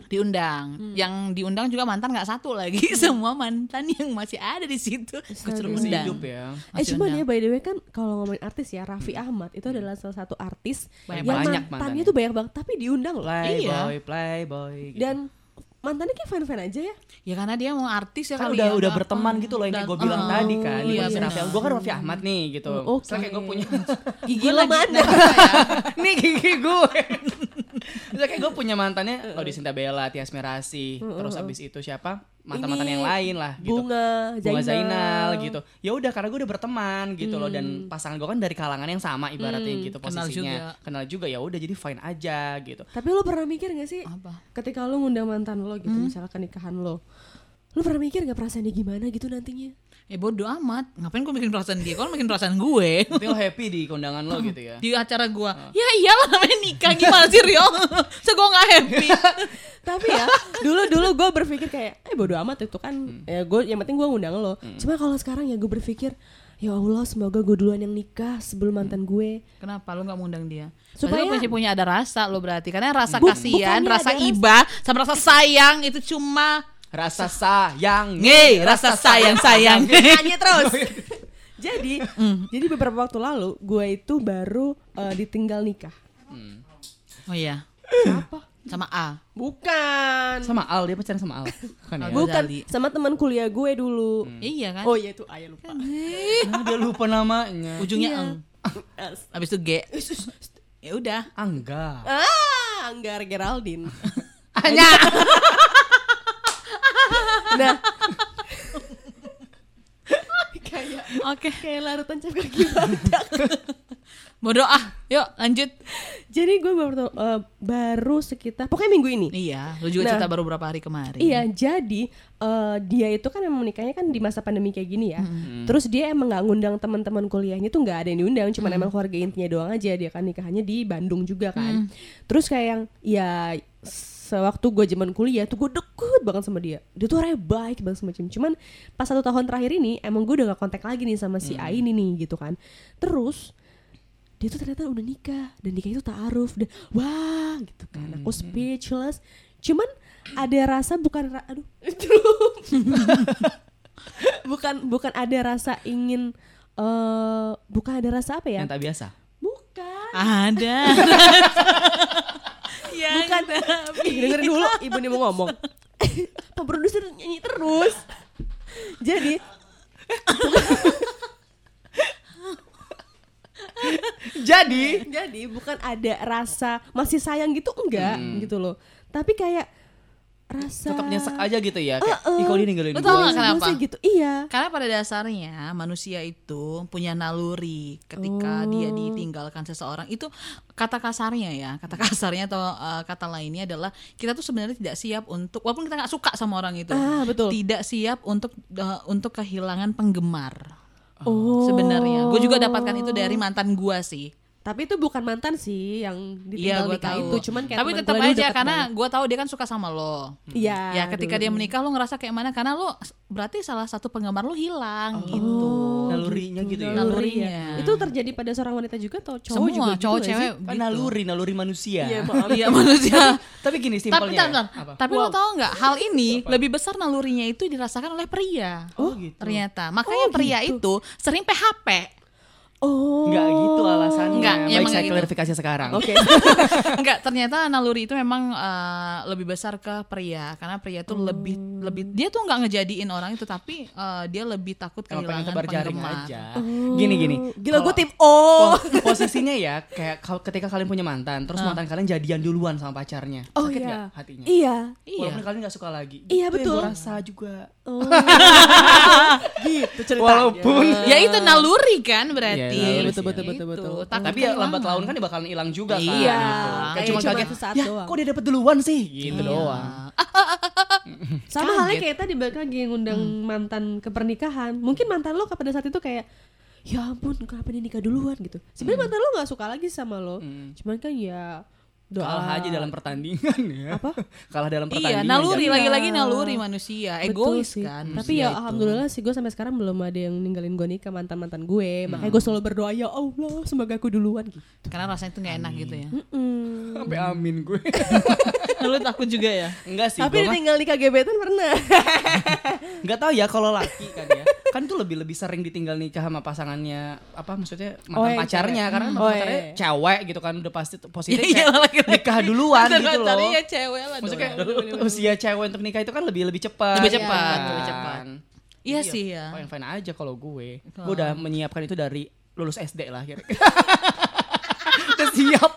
A: diundang
C: Hmm.
A: yang diundang juga mantan nggak satu lagi semua mantan yang masih ada di situ gue suruh
C: Masih
A: undang
C: hidup ya.
B: Eh
A: Masih
B: cuman
A: undang.
B: ya by the way kan kalau ngomongin artis ya Raffi Ahmad itu adalah salah satu artis
A: Banyak
B: yang
C: banget. Banyak
B: mantannya
C: mantannya.
B: tuh banyak banget tapi diundang loh
C: Playboy,
A: Iya.
C: playboy. gitu.
B: dan mantannya kayak fan-fan aja ya.
A: Ya karena dia mau artis ya
C: kan
A: kali
C: udah
A: ya,
C: udah
A: Mbak.
C: berteman
A: Hmm,
C: gitu loh yang kayak
A: udah-
C: gue bilang
A: Oh,
C: tadi kan gue
A: iya,
C: punya
A: benar.
C: Raffi Ahmad. gue kan Raffi Ahmad nih gitu
B: Oh,
C: Terus kayak gue punya
A: Gigi lagi
B: lemah.
A: nggak bisa ya.
C: nih gigi gue Terus kayak gue punya mantannya oh di Sinta Bella Tias Mirasi terus abis itu siapa mantan mantan
B: Ini,
C: yang lain lah gitu
B: Bunga, Zainal.
C: Bunga Zainal gitu ya udah karena gue udah berteman gitu loh dan pasangan gue kan dari kalangan yang sama ibaratnya gitu
A: Kenal
C: posisinya kenal juga, ya udah jadi fine aja gitu
B: Tapi lo pernah mikir gak sih
A: Apa?
B: ketika lo ngundang mantan lo gitu
C: Hmm?
B: misalkan nikahan lo. Lo pernah mikir gak perasaan dia gimana gitu nantinya?
A: Eh bodoh amat. Ngapain gue bikin perasaan dia? Kau bikin perasaan gue.
C: Tapi lo happy di kondangan lo gitu ya
A: di acara gua ya iyalah namanya nikah gimana sih Rio so gua nggak happy
B: Tapi ya dulu dulu gue berpikir kayak eh bodo amat itu kan
C: Hmm.
B: ya gue yang penting gue ngundang lo. Cuma kalau sekarang ya gue berpikir ya Allah semoga gue duluan yang nikah sebelum
C: Hmm.
B: mantan gue.
A: kenapa lo nggak ngundang dia supaya
B: Supaya-
A: lo pasti punya ada rasa lo berarti karena rasa
B: Bu-
A: kasihan
B: bukannya
A: rasa
B: ada rasa-
A: iba sama rasa sayang itu cuma
C: rasa sayang
A: nge rasa sayang sayang
B: Tanya terus. jadi jadi beberapa waktu lalu gue itu baru eh, ditinggal nikah.
A: oh iya
B: Apa?
A: sama A
B: Bukan.
C: sama Al dia pacaran sama Al kan ya
B: Bukan
A: Ghazali.
B: sama teman kuliah gue dulu.
A: iya kan
B: Oh iya itu ayah lupa.
C: Nah, dia lupa namanya
A: ujungnya
B: iya.
A: eng abis itu G ya udah
C: Angga
B: Eh, ah, Anggar Geraldine.
A: hanya
B: Nah. kayak
A: oke
B: kayak gitu. larutan cap kaki badak.
A: bodoh ah yuk lanjut
B: Jadi gue baru tau, eh, baru sekitar pokoknya minggu ini.
A: iya lo juga
B: Nah.
A: cerita baru berapa hari kemarin
B: Iya, jadi eh, dia itu kan emang menikahnya kan di masa pandemi kayak gini ya. Terus dia emang nggak ngundang teman-teman kuliahnya tuh nggak ada yang diundang, cuman emang keluarga intinya doang aja. Dia kan nikahannya di Bandung juga kan. Terus kayak yang ya sewaktu gue zaman kuliah tuh gue deket banget sama dia. Dia tuh orangnya baik banget semacam. Cuman pas satu tahun terakhir ini emang gue udah gak kontak lagi nih sama si A ini nih gitu kan. Terus dia tuh ternyata udah nikah dan nikah itu taaruf dan wah gitu kan aku speechless cuman ada rasa bukan ra- aduh bukan bukan ada rasa ingin eh bukan ada rasa apa ya
C: yang tak biasa
B: bukan
A: ada Iya, Yang
B: bukan Ih, dengerin dulu ibu nih mau ngomong pak produser nyanyi terus jadi
C: jadi
B: jadi bukan ada rasa masih sayang gitu enggak gitu loh tapi kayak rasa
C: tetap nyesek aja gitu ya kayak ih kok dia ninggalin
A: Lo
C: gue
A: tau
B: Gua
A: nggak kenapa?
B: sih gitu iya
A: Karena pada dasarnya manusia itu punya naluri ketika dia
B: Oh.
A: ditinggalkan seseorang itu kata kasarnya ya kata kasarnya atau uh, kata lainnya adalah kita tuh sebenarnya tidak siap untuk walaupun kita nggak suka sama orang itu
B: Ah, betul.
A: tidak siap untuk uh, untuk kehilangan penggemar
B: Oh.
A: sebenarnya gue juga dapatkan itu dari mantan gue sih
B: Tapi itu bukan mantan sih yang
A: iya
B: ditinggal
A: gue
B: nikah
A: tahu
B: itu, cuman kayak
A: tapi
B: teman
A: tetap
B: gua dulu
A: aja
B: deket
A: karena
B: banget.
A: gue tahu dia kan suka sama lo
B: Iya.
A: ya ketika dia
B: dulu.
A: menikah lo ngerasa kayak mana karena lo berarti salah satu penggemar lo hilang gitu
B: Oh, Iya.
C: Nalurinya gitu ya?
A: Nalurinya.
B: Itu terjadi pada seorang wanita juga atau cowok
A: Iya. semua
B: juga gitu
A: cowok
B: nggak
A: cewek
B: sih?
C: kan
A: gitu.
C: naluri naluri manusia
B: Iya, maaf.
A: iya manusia
C: tapi gini
A: tapi
C: simpelnya
A: bentar, bentar.
C: ya. Apa?
A: tapi lo tau nggak hal ini lebih besar nalurinya itu dirasakan oleh pria
C: oh gitu
A: ternyata makanya pria itu sering PHP
B: Oh.
C: nggak gitu alasannya
A: Nggak,
C: baik
A: emang
C: saya
A: nggak gitu.
C: klarifikasi sekarang
B: Oke.
A: nggak ternyata naluri itu memang eh, lebih besar ke pria karena pria tuh lebih
C: Oh.
A: lebih dia tuh nggak ngejadiin orang itu tapi eh, dia lebih takut
C: Emang pengen
A: kehilangan
C: tebar jaring
A: penggemar
C: aja gini gini
B: Gila oh. gue
C: Kalau-
B: tim O.
C: pos- posisinya ya kayak kal- ketika kalian punya mantan terus mantan kalian jadian duluan sama pacarnya
B: Oh
C: sakit
B: iya.
C: nggak hatinya
B: Iya.
A: iya
C: walaupun kalian nggak suka
B: Iya,
C: lagi Itu yang
B: betul.
C: gua rasa juga
B: Oh. gitu ceritanya.
C: walaupun
A: ya itu naluri kan berarti
C: Eh,
A: Gitu.
C: Iya, naluri
B: betul,
C: sih,
B: betul,
A: Itu,
B: betul, betul.
A: takut
C: tapi ya lambat
A: kehilangan.
C: laun kan dia bakalan hilang juga kan
A: Iya.
C: Kayak
B: Kayak
C: cuma
B: cuma
C: kaget
B: sesaat
C: ya
B: doang."
C: kok dia dapet duluan sih gitu doang
B: Sama halnya kayak tadi balik lagi ngundang
A: Hmm.
B: mantan ke pernikahan. Mungkin mantan lo pada saat itu kayak ya ampun kenapa dia nikah duluan gitu.
A: Hmm.
B: Sebenarnya mantan lo nggak suka lagi sama lo. Cuman kan ya doa.
C: kalah aja dalam pertandingan ya
B: Apa?
C: kalah dalam
A: Iya,
C: pertandingan kan.
A: naluri
C: jadi-
A: lagi-lagi naluri manusia,
B: Betul
A: egois
B: sih.
A: kan.
B: Tapi ya alhamdulillah sih gue sampai sekarang belum ada yang ninggalin gue nikah mantan-mantan gue.
A: Hmm.
B: Makanya gue selalu berdoa ya Allah semoga aku duluan gitu.
A: Karena rasanya itu nggak enak gitu ya.
B: Mm.
C: sampai amin gue
A: Lu takut juga ya?
C: enggak sih
B: Tapi
C: gue mah
B: ditinggal nikah gebetan pernah.
C: enggak tahu ya kalau laki kan ya kan tuh lebih lebih sering ditinggal nikah sama pasangannya apa maksudnya
B: Oh,
C: mantan
B: yang
C: pacarnya
B: cewek.
C: karena
B: Hmm.
C: mantan
B: Oh, iya,
C: pacarnya
B: iya.
C: cewek gitu kan udah pasti tuh posisinya
A: Iya,
C: kayak
A: laki-laki.
C: nikah duluan
A: Mantan
C: gitu loh
A: pacarnya cewek lah
C: maksudnya kayak
A: dong.
C: usia cewek untuk nikah itu kan lebih lebih cepat
A: Lebih
C: gitu
A: cepat,
C: kan.
A: lebih cepat. Iya sih ya.
C: Fine fine aja kalau gue. Gue udah menyiapkan itu dari lulus SD lah kira-kira. udah siap.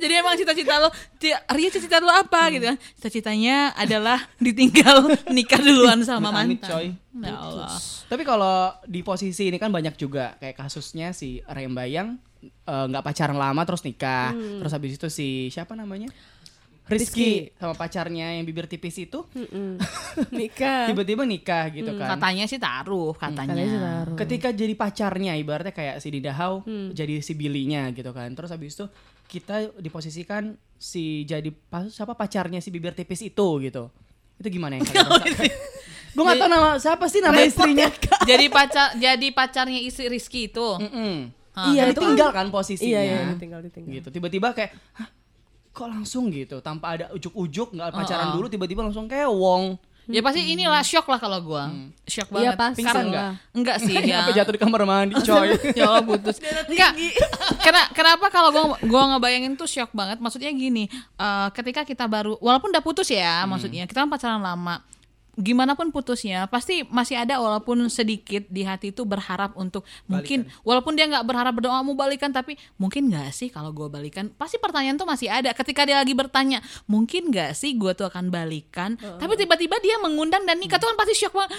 A: Jadi emang cita-cita lo, Ci- Ria cita-cita lo apa gitu kan? Cita-citanya adalah ditinggal nikah duluan sama
C: Amit-amit,
A: mantan.
C: coy.
A: Ya Allah.
C: Tapi kalau di posisi ini kan banyak juga kayak kasusnya si Rembayang eh, nggak pacaran lama terus nikah.
A: Hmm.
C: Terus habis itu si siapa namanya? Rizky, sama pacarnya yang bibir tipis itu
B: nikah
C: tiba-tiba nikah gitu kan.
A: Katanya sih taruh, katanya.
B: Katanya sih taruh.
C: Ketika jadi pacarnya ibaratnya kayak si Didahau
B: Hmm.
C: jadi si bilinya gitu kan. Terus habis itu kita diposisikan si jadi pa- siapa pacarnya si bibir tipis itu gitu. Itu gimana yang
B: Oh,
C: kalian rasakan? Gue gak tau nama siapa sih nama istrinya.
B: ya,
A: jadi pacar jadi pacarnya istri Rizky itu.
C: Mm. Mm-mm.
A: Ah.
C: Iya,
B: Iya, itu kan-
C: ditinggal kan posisinya.
B: iya iya ditinggal ditinggal
C: Gitu. Tiba-tiba kayak "Hah, kok langsung gitu tanpa ada ujuk-ujuk nggak pacaran
B: Ah,
A: Oh, oh.
C: dulu tiba-tiba langsung kewong.
A: Ya pasti inilah shock lah kalau gua.
C: Hmm.
A: Shock
B: Iya,
A: banget.
B: pasti
A: Karena-
B: lah.
A: Enggak sih
B: Ah.
A: ya.
C: Sampai jatuh di kamar mandi coy.
A: ya Allah putus. Enggak. Karena kenapa kalau gua gua ngebayangin tuh shock banget. Maksudnya gini, eh, ketika kita baru walaupun udah putus ya, maksudnya kita kan pacaran lama. Gimana pun putusnya, pasti masih ada walaupun sedikit di hati itu berharap untuk mungkin walaupun dia nggak berharap berdoa mau balikan tapi mungkin nggak sih kalau gua balikan pasti pertanyaan tuh masih ada ketika dia lagi bertanya mungkin nggak sih gua tuh akan balikan tapi tiba-tiba dia mengundang dan nikah tuh kan pasti shock banget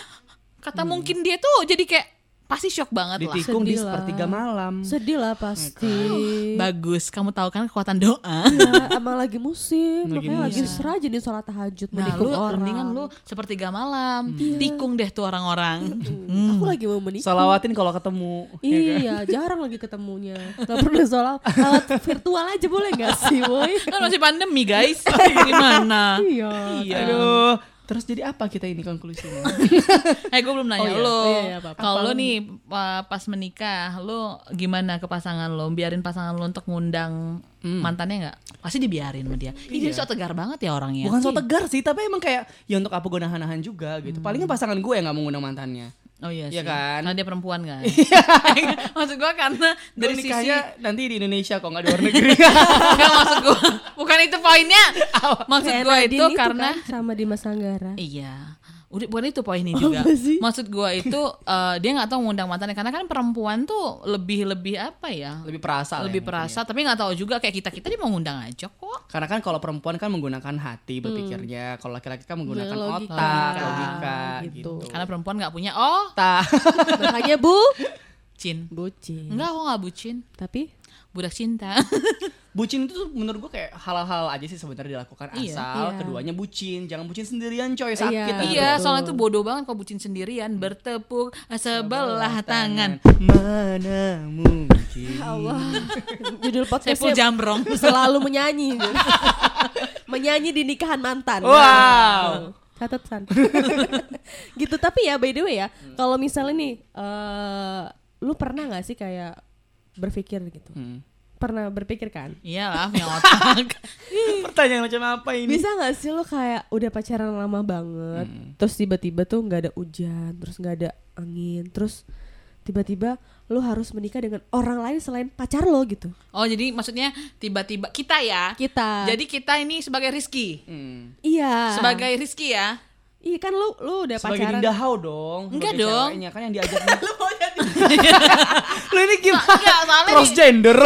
A: kata mungkin dia tuh jadi kayak pasti shock banget lah
C: Ditikung di
B: Sedih lah.
C: sepertiga malam.
B: sedih lah pasti
A: Oh Bagus, kamu tahu kan kekuatan doa.
B: ya, emang lagi musim
C: Lagi
B: makanya lagi
C: musim.
B: serah jadi sholat tahajud
A: Nah,
B: menikung
A: lu
B: orang Hmm.
A: mendingan lu sepertiga malam, Iya. tikung deh tuh orang-orang.
B: Iya. aku
A: Hmm.
B: lagi mau menikung
C: Salawatin kalau ketemu.
B: Iya, jarang lagi ketemunya. Gak perlu sholat, sholat virtual aja boleh gak sih, boy?
A: kan masih pandemi, guys. Gimana?
B: Iya.
C: Aduh. Terus jadi apa kita ini konklusinya?
A: Eh, gue belum nanya
B: Oh, iya.
A: lu.
B: Oh, iya, iya, apa-apa.
A: Kalau lu nih pa- pas menikah, lu gimana ke pasangan lu? Biarin pasangan lu untuk ngundang
B: Hmm.
A: mantannya nggak? Pasti dibiarin sama dia. Ih,
B: Iya.
A: dia so tegar banget ya orangnya.
C: Bukan so tegar sih, tapi emang kayak ya untuk apa gue nahan-nahan juga gitu. Palingan pasangan gue yang nggak mau ngundang mantannya.
A: Oh iya sih.
C: Iya kan?
A: Karena dia perempuan kan.
B: Iya.
A: Maksud gua karena dari
C: Dari
A: sisi
C: nikahnya nanti di Indonesia kok nggak di luar negeri.
A: Enggak maksud gue bukan itu poinnya maksud
B: Kayak
A: gue
B: Nadine
A: itu karena
B: kan sama di Mas Anggara.
A: iya udah bukan itu poinnya juga
B: apa sih?
A: maksud gue itu eh, dia nggak tahu ngundang mantannya karena kan perempuan tuh lebih lebih apa ya
C: Lebih perasa. lah
A: lebih
C: yang
A: perasa tapi nggak tahu juga kayak kita kita dia mau ngundang aja kok
C: Karena kan kalau perempuan kan menggunakan hati berpikirnya, kalau laki-laki kan menggunakan
B: Logika,
C: otak, logika gitu.
B: gitu.
A: karena perempuan nggak punya oh
C: Otak.
B: Makanya Bu,
A: cin
B: bucin.
A: enggak aku nggak bucin
B: Tapi
A: budak cinta
C: Bucin itu tuh menurut gue kayak hal-hal aja sih sebenarnya dilakukan
A: Iya.
C: asal
B: Iya.
C: keduanya bucin, jangan bucin sendirian coy, sakit. nanti.
A: iya soalnya itu bodoh banget kalau bucin sendirian bertepuk sebelah tangan
C: Mana mungkin.
B: Allah, judul
A: sepul
B: podcastnya
A: jambrong
B: selalu menyanyi. menyanyi di nikahan mantan.
C: Wow.
B: Catat San. gitu tapi ya by the way ya,
A: Hmm.
B: kalau misalnya nih eh, lu pernah nggak sih kayak berpikir gitu?
A: Hmm.
C: Hmm.
B: Pernah berpikir kan?
A: iyalah Iya punya otak
C: Pertanyaan macam apa ini?
B: Bisa nggak sih lu kayak udah pacaran lama banget,
A: Hmm.
B: terus tiba-tiba tuh nggak ada hujan, terus nggak ada angin, terus tiba-tiba lu harus menikah dengan orang lain selain pacar lo gitu.
A: Oh jadi maksudnya tiba-tiba kita ya.
B: Kita.
A: Jadi kita ini sebagai Rizky.
C: Hmm.
B: iya.
A: Sebagai Rizky ya.
B: Iya kan lu lu udah
C: Sebagai
B: pacaran.
C: Dinda Hau dong.
A: Enggak
C: sebagai
A: dong.
C: Ceweknya kan yang diajak. Lu mau jadi. Lu ini gimana?
A: Enggak, soalnya
C: Cross
A: di-
C: gender.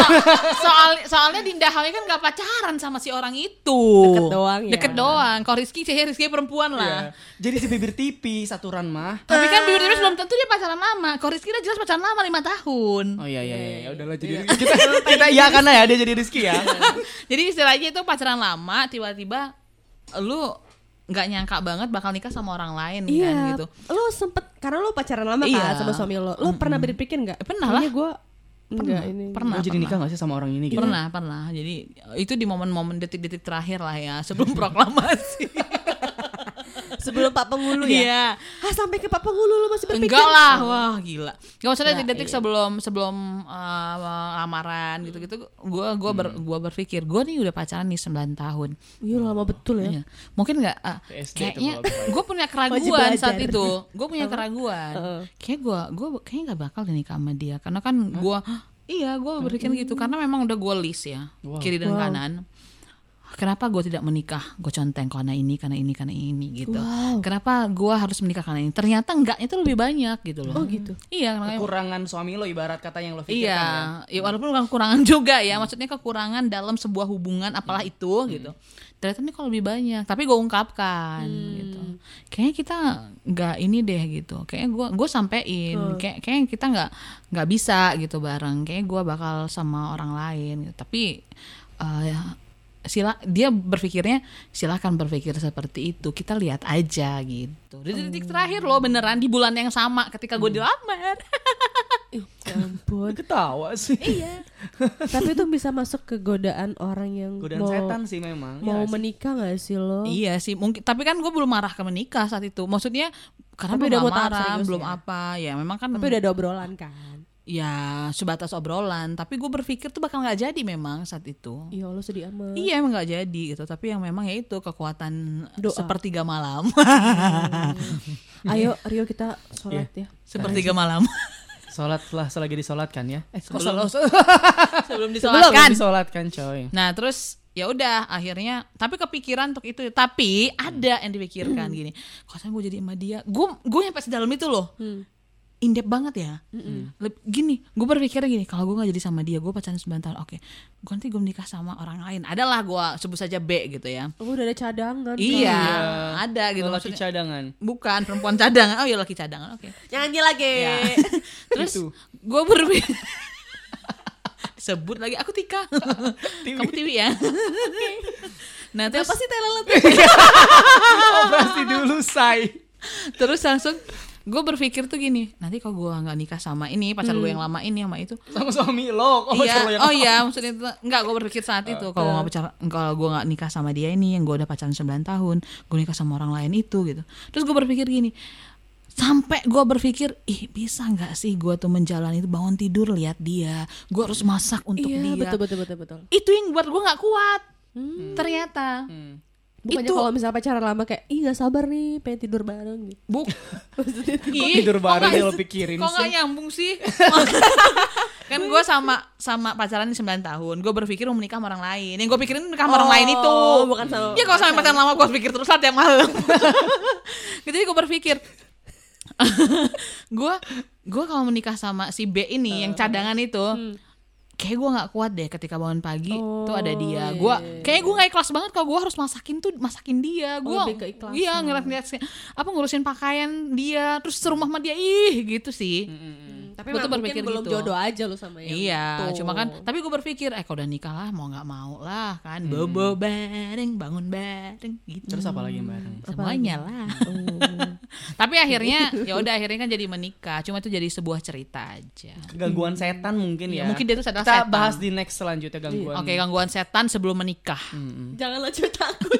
A: Soal soalnya Dinda Hawnya kan gak pacaran sama si orang itu.
B: Deket doang ya.
A: Deket doang. Kalau Rizky sih Rizky perempuan
C: Iya.
A: lah.
C: Jadi si bibir tipis aturan mah.
A: Tapi kan bibir tipis belum tentu dia pacaran lama. Kalau Rizky udah jelas pacaran lama 5 tahun.
C: Oh iya iya iya, ya udahlah jadi kita kita iya karena ya dia jadi Rizky ya.
A: Jadi istilahnya itu pacaran lama tiba-tiba lu nggak nyangka banget bakal nikah sama orang lain
B: Iya.
A: kan gitu.
B: Lu sempet karena lu pacaran lama
A: Iya.
B: kan sama suami lo. Lu pernah berpikir
A: Eh,
B: nggak?
A: pernah lah.
B: Kayaknya gua enggak ini.
A: Pernah.
C: Mau Oh, jadi nikah gak sih sama orang ini gitu?
A: Pernah, pernah. Jadi itu di momen-momen detik-detik terakhir lah ya, sebelum proklamasi.
B: sebelum Pak Pengulu ya.
A: Iya.
B: Ah sampai ke Pak Pengulu lo masih berpikir.
A: Enggak lah, wah gila. Gak maksudnya
B: Ya,
A: detik
B: iya.
A: sebelum sebelum eh, lamaran gitu-gitu, gue gua ber,
B: Hmm.
A: gua berpikir gue nih udah pacaran nih 9 tahun.
B: Iya lama betul ya.
A: Iya. Mungkin nggak ah,
C: SD tuh
A: kayaknya
C: gua
A: gue punya
B: Wajib
A: keraguan
B: belajar.
A: saat itu. Gue punya keraguan. Kayak gue gue kayaknya nggak bakal deh nikah sama dia karena kan gue iya gue berpikir gitu
B: Hmm.
A: karena memang udah gue list ya
C: Wow.
A: kiri dan kanan. Kenapa gue tidak menikah? Gue conteng karena ini, karena ini, karena ini gitu.
B: Wow.
A: Kenapa gue harus menikah karena ini? Ternyata enggaknya itu lebih banyak gitu loh.
B: Oh gitu.
A: Iya, makanya-
C: Kekurangan suami lo ibarat kata yang
A: Iya,
C: lo pikirkan.
A: ya walaupun bukan kekurangan juga ya, maksudnya kekurangan dalam sebuah hubungan apalah itu gitu. Ternyata nih kalau lebih banyak, tapi gue ungkapkan gitu. Kayaknya kita nggak ini deh gitu. Kayaknya gue gue sampein, kayak kayaknya kita nggak nggak bisa gitu bareng. Kayaknya gue bakal sama orang lain. Gitu. Tapi eh, ya, sila dia berpikirnya silakan berpikir seperti itu kita lihat aja gitu di titik terakhir loh beneran di bulan yang sama ketika gue dilamar
B: Ih, ya ampun.
C: Ya. Ketawa sih.
B: Tapi itu bisa masuk ke godaan orang yang
C: Godaan
B: mau,
C: setan sih memang. ya
B: mau
C: nggak sih?
B: menikah gak sih lo?
A: Iya sih, mungkin. Tapi kan gue belum marah ke menikah saat itu. Maksudnya karena
B: Tapi
A: belum
B: udah mau tahap
A: marah,
B: serius
A: belum
B: ya?
A: apa. Ya memang kan.
B: Tapi udah ada obrolan kan.
A: Ya sebatas obrolan. Tapi gue berpikir tuh bakal nggak jadi memang saat itu.
B: Iya lo sedih amat.
A: Iya emang nggak jadi gitu. Tapi yang memang ya itu kekuatan
B: Doa. Iya
A: sepertiga malam.
B: Ayo Rio kita sholat
A: Iya.
B: ya.
A: sepertiga malam.
C: Sholat lah, selagi disolatkan ya. Eh,
A: Kok selalu-
C: sebelum,
A: sebelum
C: sebelum
A: disolatkan.
C: disolatkan coy.
A: Nah terus ya udah akhirnya tapi kepikiran untuk itu tapi ada yang dipikirkan gini kalau saya gue jadi sama dia gue gue nyampe sedalam itu loh
B: Hmm.
A: indep banget ya Leb- gini gue berpikirnya gini kalau gue nggak jadi sama dia gue pacaran 9 tahun oke gue nanti gue menikah sama orang lain adalah gue sebut saja B gitu ya
B: Oh, udah ada cadangan.
A: iya
C: Iya.
A: ada gitu
C: Lelaki
A: maksudnya
C: cadangan.
A: bukan perempuan cadangan oh iya laki cadangan oke
B: Nyanyi lagi.
A: Ya. terus
C: Itu.
A: gue berpikir sebut lagi aku Tika kamu Tiwi ya nah terus
B: Apa sih telelet?
C: Operasi Oh, dulu, say.
A: terus langsung gue berpikir tuh gini nanti kalau gue nggak nikah sama ini pacar gue yang lama ini sama itu
C: Sama suami lo. ya? Kok
A: iya
C: pacar lo yang
A: oh iya maksudnya itu enggak gue berpikir saat itu kalau nggak pacar kalau gue nggak nikah sama dia ini yang gue udah pacaran 9 tahun gue nikah sama orang lain itu gitu terus gue berpikir gini sampai gue berpikir ih bisa nggak sih gue tuh menjalani itu bangun tidur lihat dia gue harus masak untuk
B: Iya
A: dia
B: betul betul betul betul.
A: itu yang buat gue nggak kuat ternyata
C: Hmm.
B: Bukannya
A: Itu-
B: kalau misalnya pacaran lama kayak ih gak sabar nih pengen tidur bareng gitu.
A: buk
B: Maksudnya
A: Ih,
C: tidur
A: kok
C: bareng
A: nggak-
C: yang lo pikirin
A: kok nggak
C: sih?
A: nyambung sih kan gue sama sama pacaran 9 tahun gue berpikir mau menikah sama orang lain yang gue pikirin nikah sama orang
B: Oh,
A: lain itu
B: bukan sama
A: ya kalau sama pacaran lama gue pikir terus lah tiap malam jadi gue berpikir gue gue kalau menikah sama si B ini yang cadangan itu kayak gue nggak kuat deh ketika bangun pagi tuh ada dia gue kayak gue nggak ikhlas banget kalau gue harus masakin tuh masakin dia gue
B: lebih ke ikhlasan.
A: iya ngeliat ngeliat apa ngurusin pakaian dia terus serumah sama dia ih gitu sih
B: Tapi
A: Gua tuh
B: mungkin
A: berpikir
B: belum
A: gitu.
B: jodoh aja lo sama yang
A: Iya,
B: itu.
A: cuma kan tapi gue berpikir eh kalau udah nikah lah mau nggak mau lah kan bobo bareng bangun bareng gitu.
C: Hmm. Terus apa lagi yang bareng?
A: semuanya lah. tapi akhirnya ya udah akhirnya kan jadi menikah, cuma itu jadi sebuah cerita aja.
C: Gangguan setan mungkin ya.
A: Iya, Mungkin dia tuh adalah
C: Kita
A: setan. Iya,
C: bahas di next selanjutnya gangguan.
A: Oke, gangguan setan sebelum menikah.
C: Hmm.
B: Jangan lo cerita takut.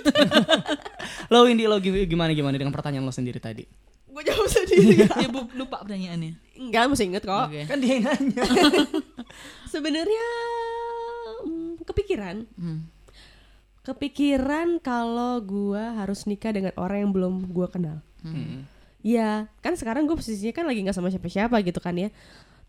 C: Lo Windy lo gi- gimana gimana dengan pertanyaan lo sendiri tadi?
B: Gue jawab sendiri.
A: Dia bu- lupa pertanyaannya.
B: Enggak mesti inget kok.
A: Oke.
C: Kan dia yang nanya.
B: Sebenarnya mm, kepikiran.
A: Hmm.
B: Kepikiran kalau gua harus nikah dengan orang yang belum gua kenal.
A: Hmm.
B: Ya, kan sekarang gue posisinya kan lagi nggak sama siapa-siapa gitu kan ya.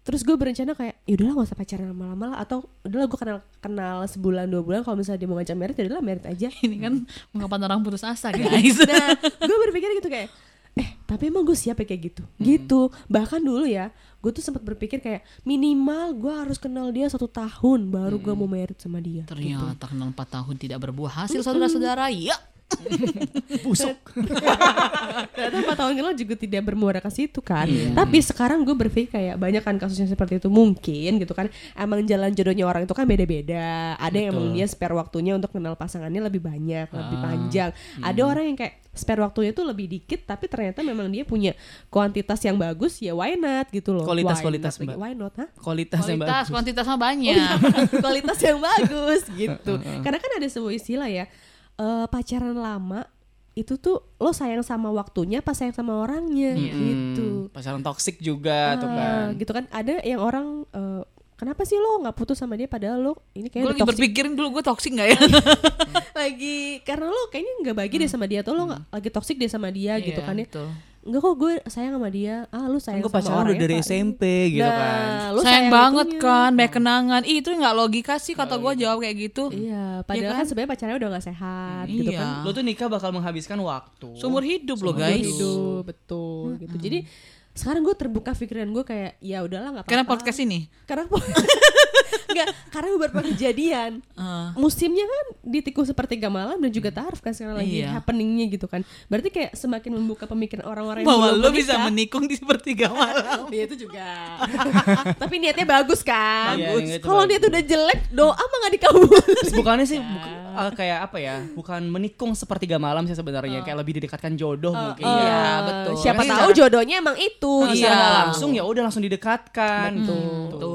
B: Terus gue berencana kayak, yaudahlah gak usah pacaran lama-lama lah Atau udahlah gue kenal kenal sebulan dua bulan Kalau misalnya dia mau ngajak merit, yaudahlah merit aja
A: Ini kan mengapa orang putus asa,
C: Iya.
A: guys.
B: Nah, gue berpikir gitu kayak, eh tapi emang gue siap ya kayak gitu,
A: Hmm.
B: gitu. Bahkan dulu ya, gue tuh sempat berpikir kayak minimal gue harus kenal dia satu tahun baru gue mau merit sama dia.
A: Hmm. Ternyata
C: Gitu.
A: kenal 4 tahun tidak berbuah hasil saudara-saudara. Ya.
C: Busuk.
B: Ternyata empat tahun kenal juga tidak bermuara ke situ kan.
C: Iya.
B: Tapi sekarang gue berpikir kayak banyak kan kasusnya seperti itu mungkin gitu kan. Emang jalan jodohnya orang itu kan beda-beda. Ada yang emang dia spare waktunya untuk kenal pasangannya lebih banyak,
C: Ah,
B: lebih panjang.
C: hmm.
B: Ada orang yang kayak spare waktunya tuh lebih dikit tapi ternyata memang dia punya kuantitas yang bagus ya why not gitu loh.
C: Kualitas-
B: Why
C: kualitas,
B: not lagi?
C: Mbak.
B: Why not, hah?
C: Kualitas,
A: Kualitas,
C: yang bagus. Oh, iya.
A: kuantitas mah banyak.
B: kualitas yang bagus gitu. Karena kan ada sebuah istilah ya eh, pacaran lama itu tuh lo sayang sama waktunya pas sayang sama orangnya gitu
C: Hmm, pacaran toksik juga tuh
B: Ah,
C: kan
B: gitu kan ada yang orang eh, kenapa sih lo nggak putus sama dia padahal lo ini
A: Gue
B: kayak
A: lagi berpikirin dulu gue toxic nggak ya?
B: lagi karena lo kayaknya nggak bagi deh sama dia tuh lo nggak lagi toksik deh sama dia gitu
A: Mm. Iya,
B: kan ya
A: betul.
B: nggak kok gue sayang sama dia ah lu sayang
C: gue
B: sama
C: Kan pacaran udah
B: orangnya,
A: ya,
C: dari
B: Pak.
C: SMP gitu
A: Iya.
B: Nah,
C: kan
B: lu
A: sayang banget
B: itunya.
A: kan banyak kenangan Ih, itu nggak logika sih kata gue jawab kayak gitu
B: iya padahal kan, sebenarnya pacarnya udah nggak sehat gitu kan
A: iya
C: lo tuh nikah bakal menghabiskan waktu
A: seumur hidup lo
B: Seumur
A: guys
B: hidup, betul gitu jadi sekarang gue terbuka pikiran gue kayak ya udahlah nggak apa-apa
A: karena podcast ini
B: karena po- nggak karena beberapa kejadian
A: Eh,
B: musimnya kan ditikung sepertiga malam dan juga taaruf kan sekarang lagi
A: Iya.
B: happeningnya gitu kan berarti kayak semakin membuka pemikiran orang-orang yang
A: bahwa
B: belum
A: lo bisa
B: menikah.
A: menikung di sepertiga malam
B: dia itu juga tapi niatnya bagus kan
C: Iya, niatnya
B: kalau
C: bagus.
B: niat udah jelek doa mah nggak dikabulin
C: bukannya sih
A: Iya.
C: bukan- ah, kayak apa ya bukan menikung sepertiga malam sih
A: Ah.
C: sebenarnya kayak lebih didekatkan jodoh mungkin
A: Iya,
B: Eh,
A: betul.
B: siapa
C: Karena
B: tahu
C: secara-
B: jodohnya emang itu
C: Kalau
A: Iya.
B: gitu.
C: secara nggak langsung ya udah langsung didekatkan gitu.
A: betul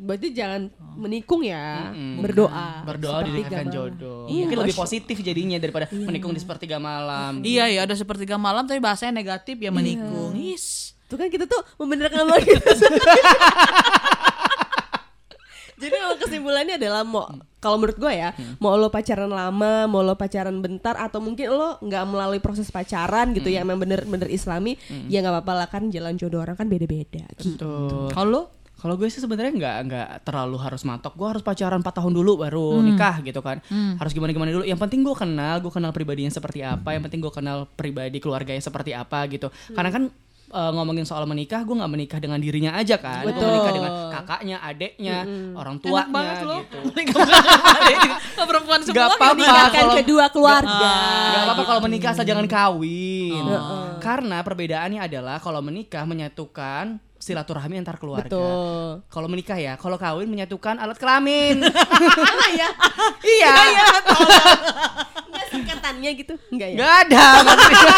B: berarti jangan menikung ya berdoa
C: berdoa
B: Sepertiga
C: didekatkan
B: malam.
C: jodoh
B: Iya.
C: Ah, mungkin lebih positif jadinya daripada menikung di sepertiga malam
A: iya ya ada sepertiga malam tapi bahasanya negatif ya
B: Iya.
A: menikung Is.
B: Tuh kan kita tuh membenarkan amal kita sendiri. Jadi emang kesimpulannya adalah mau kalau menurut gue ya,
C: Mm.
B: mau lo pacaran lama, mau lo pacaran bentar atau mungkin lo nggak melalui proses pacaran gitu
C: Mm.
B: yang memang bener-bener Islami, ya nggak apa-apa lah kan jalan jodoh orang kan beda-beda gitu.
C: Tuh.
A: kalau lo?
C: Kalau gue sih sebenarnya nggak nggak terlalu harus matok. Gue harus pacaran 4 tahun dulu baru nikah gitu kan. Harus gimana gimana dulu. Yang penting gue kenal, gue kenal pribadinya seperti apa. Yang penting gue kenal pribadi keluarganya seperti apa gitu. Karena kan eh, ngomongin soal menikah, gue nggak menikah dengan dirinya aja kan. Gue menikah dengan kakaknya, adeknya, orang tuanya
A: enak banget lo
C: gitu.
A: Ke perempuan semua
C: Gak
A: gitu.
C: apa-apa
B: Meninggalkan
C: kalau-
B: Kan kedua keluarga.
C: Gak apa-apa kalau menikah asal jangan kawin. Karena perbedaannya adalah kalau menikah menyatukan silaturahmi antar keluarga.
B: Betul.
C: Kalau menikah ya, kalau kawin menyatukan alat kelamin.
B: Apa ya?
C: iya.
B: Nggak singkatannya gitu? Nggak ya?
C: Gak ada. maksudnya.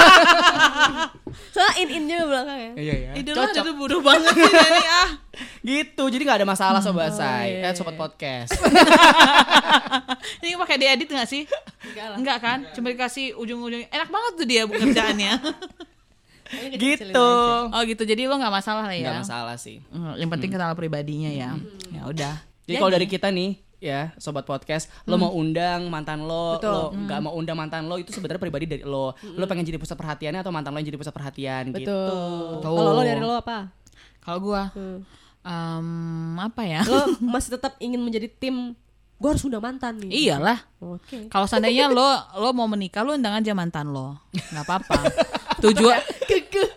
B: Soalnya in-innya ke belakang ya.
C: Iya ya.
A: Ide lo ada
C: Cocok.
A: tuh bodoh banget sih Dani ah
C: Gitu. Jadi gak ada masalah sobat saya. Eh sobat podcast.
A: Ini pakai diedit gak sih? Enggak
B: lah.
A: Enggak kan? Cuma dikasih ujung-ujungnya Enak banget tuh dia kerjaannya
C: gitu.
A: Oh gitu, jadi lo gak masalah lah ya?
C: Gak masalah sih.
A: Hmm, Yang penting kenal pribadinya ya Ya udah
C: Jadi kalau dari kita nih ya sobat podcast, lo mau undang mantan lo, lo nggak mau undang mantan lo itu sebenarnya pribadi dari lo. Lo pengen jadi pusat perhatiannya atau mantan lo yang jadi pusat perhatian gitu.
A: Tuh.
B: Betul. Kalau lo dari lo apa?
A: Kalau gua em, Apa ya?
B: lo masih tetap ingin menjadi tim gue harus udah mantan nih
A: Iyalah
B: oke
A: Kalau seandainya lo lo mau menikah lo undang aja mantan lo, nggak apa-apa. Tujuan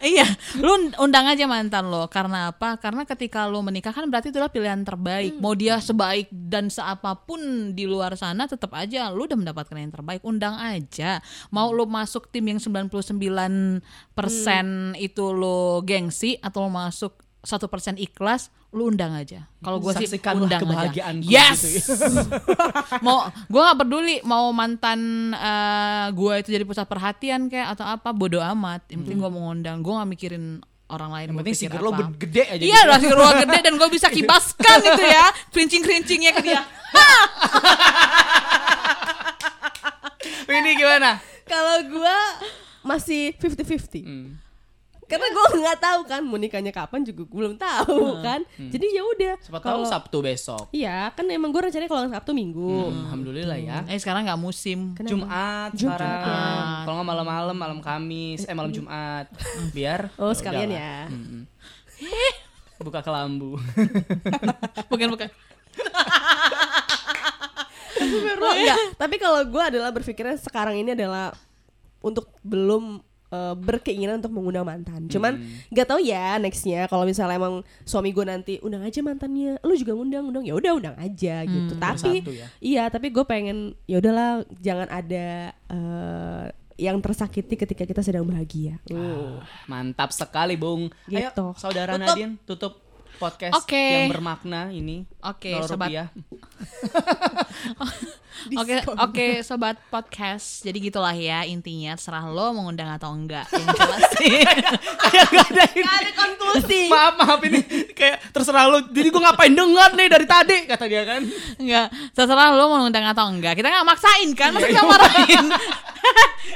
A: iya, lo undang aja mantan lo karena apa? Karena ketika lo menikah kan berarti itulah pilihan
C: Hmm.
A: terbaik. Mau dia sebaik dan seapapun di luar sana tetap aja lo udah mendapatkan yang terbaik. Undang aja. Mau lo masuk tim yang 99%
C: Hmm.
A: itu lo gengsi atau lo masuk satu persen ikhlas, lo undang aja. Kalau gue sih
C: Saksikanlah
A: undang aja.
C: kebahagiaanku
A: Yes.
C: gitu ya.
A: mau gue nggak peduli mau mantan eh, gue itu jadi pusat perhatian kayak atau apa bodoh amat yang penting gue mau ngundang gue nggak mikirin orang lain
C: Yang
A: mau
C: penting
A: pikir
C: sikir lo
A: apa.
C: gede aja.
A: iya
C: gitu.
A: udah sikir lo gede dan gue bisa kibaskan gitu ya kerincing kerincingnya ke dia
C: Ini gimana?
B: kalau gue masih 50-50
C: Hmm.
B: karena gue nggak tahu kan mau nikahnya kapan juga gue belum tahu kan jadi ya udah
C: Hmm. Siapa tahu
B: kalau
C: Sabtu besok.
B: iya kan emang gue rencananya kalau sabtu minggu
C: Alhamdulillah ya.
A: eh sekarang nggak musim
B: Kenapa?
C: Jumat sekarang. Kalau nggak malam-malam, malam Kamis, eh malam Jumat. Biar
B: oh
C: ya
B: sekalian
C: udahlah.
B: ya
C: Buka kelambu.
A: bukan bukan
B: Oh, enggak. tapi kalau gue adalah berpikirnya sekarang ini adalah untuk belum eh, berkeinginan untuk mengundang mantan. Cuman
C: Hmm.
B: nggak tahu ya nextnya kalau misalnya emang suami gue nanti undang aja mantannya, lu juga ngundang undang ya udah undang aja gitu. Tapi
C: bersatu Hmm, ya.
B: iya tapi gue pengen ya udahlah jangan ada eh, yang tersakiti ketika kita sedang bahagia.
C: Mantap sekali, Bung.
B: Gitu.
C: Ayo, saudara
A: Tutup.
C: Nadine tutup podcast
A: Oke.
C: yang bermakna ini.
A: Oke,
C: Nol
A: sobat.
C: rupiah.
A: Oke, oke sobat podcast. Jadi gitulah ya intinya serah lo mengundang atau enggak. Yang jelas sih.
C: Kayak gak ada ini.
B: Gak ada konklusi.
C: Maaf, maaf ini kayak terserah lu. Jadi gue ngapain denger nih dari tadi kata dia kan.
A: enggak, terserah lo mau ngundang atau enggak. Kita nggak maksain kan, masa kita marahin.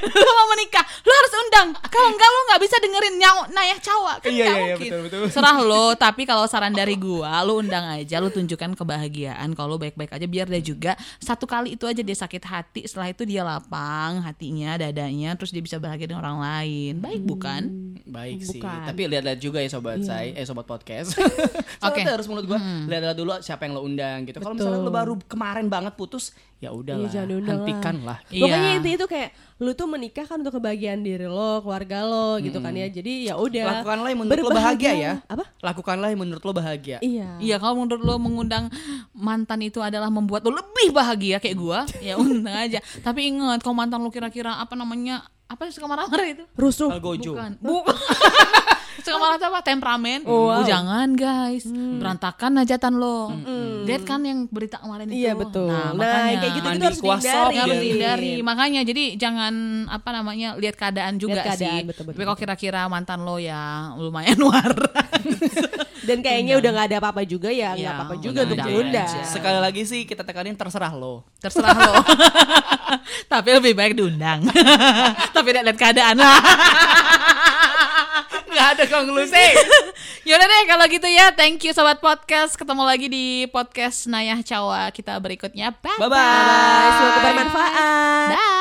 A: lo mau menikah, lo harus undang. Kalau enggak lo nggak bisa dengerin nyau nayah cawa kan
C: Iya,
A: nggak
C: iya, iya,
A: mungkin.
C: betul, betul.
A: Serah lo, tapi kalau saran dari gua, lo undang aja, lo tunjukkan kebahagiaan kalau lo baik-baik aja biar dia juga satu kali itu aja dia sakit hati, setelah itu dia lapang hatinya, dadanya, terus dia bisa bahagia dengan orang lain. Baik bukan?
C: Baik sih,
B: Bukan.
C: tapi lihat-lihat juga ya sobat saya, eh sobat podcast.
A: Oke.
C: Oke. harus menurut gue lihat-lihat dulu siapa yang lo undang gitu. Kalau misalnya lo baru kemarin banget putus, ya
B: Iya,
C: udahlah,
B: jangan diundang lah.
C: hentikan lah.
B: Pokoknya
A: Iya.
B: intinya itu kayak lu tuh menikah kan untuk kebahagiaan diri lo, keluarga lo gitu kan ya. Jadi ya udah.
C: Lakukanlah Hmm. yang menurut lo bahagia ya.
B: Berbahagialah. Apa?
C: Lakukanlah yang menurut lo bahagia.
B: Iya.
A: Iya kalau menurut lo mengundang mantan itu adalah membuat lo lebih bahagia kayak gua ya undang aja tapi ingat kalau mantan lo kira-kira apa namanya apa yang suka marah-marah itu
B: Rusuh.
C: Algojo.
A: bukan bu suka marah tuh apa temperamen
B: Oh, wow. Hmm.
A: Oh, jangan guys berantakan najatan lo lihat kan yang berita kemarin itu
B: Iya, betul.
A: nah,
B: Nah,
A: makanya
B: kayak gitu-gitu
C: Mandi
B: harus
C: kuah sop
B: dihindari.
A: Nggak harus
C: dan-
A: dihindari makanya jadi jangan apa namanya lihat keadaan juga
B: Lihat keadaan,
A: sih
B: betul, betul,
A: tapi kalau kira-kira mantan lo ya lumayan waras
B: Dan kayaknya udah nggak ada apa-apa juga ya, nggak
A: Iya,
B: apa-apa juga untuk
A: undang
B: diundang.
A: aja.
C: Sekali lagi sih kita tekanin terserah lo.
A: terserah lo tapi lebih baik diundang tapi lihat lihat keadaan lah nggak ada konklusi yaudah deh kalau gitu ya thank you sobat podcast ketemu lagi di podcast Nayah Cawa kita berikutnya bye
C: Bye-bye.
B: Semoga bermanfaat.
A: Dah.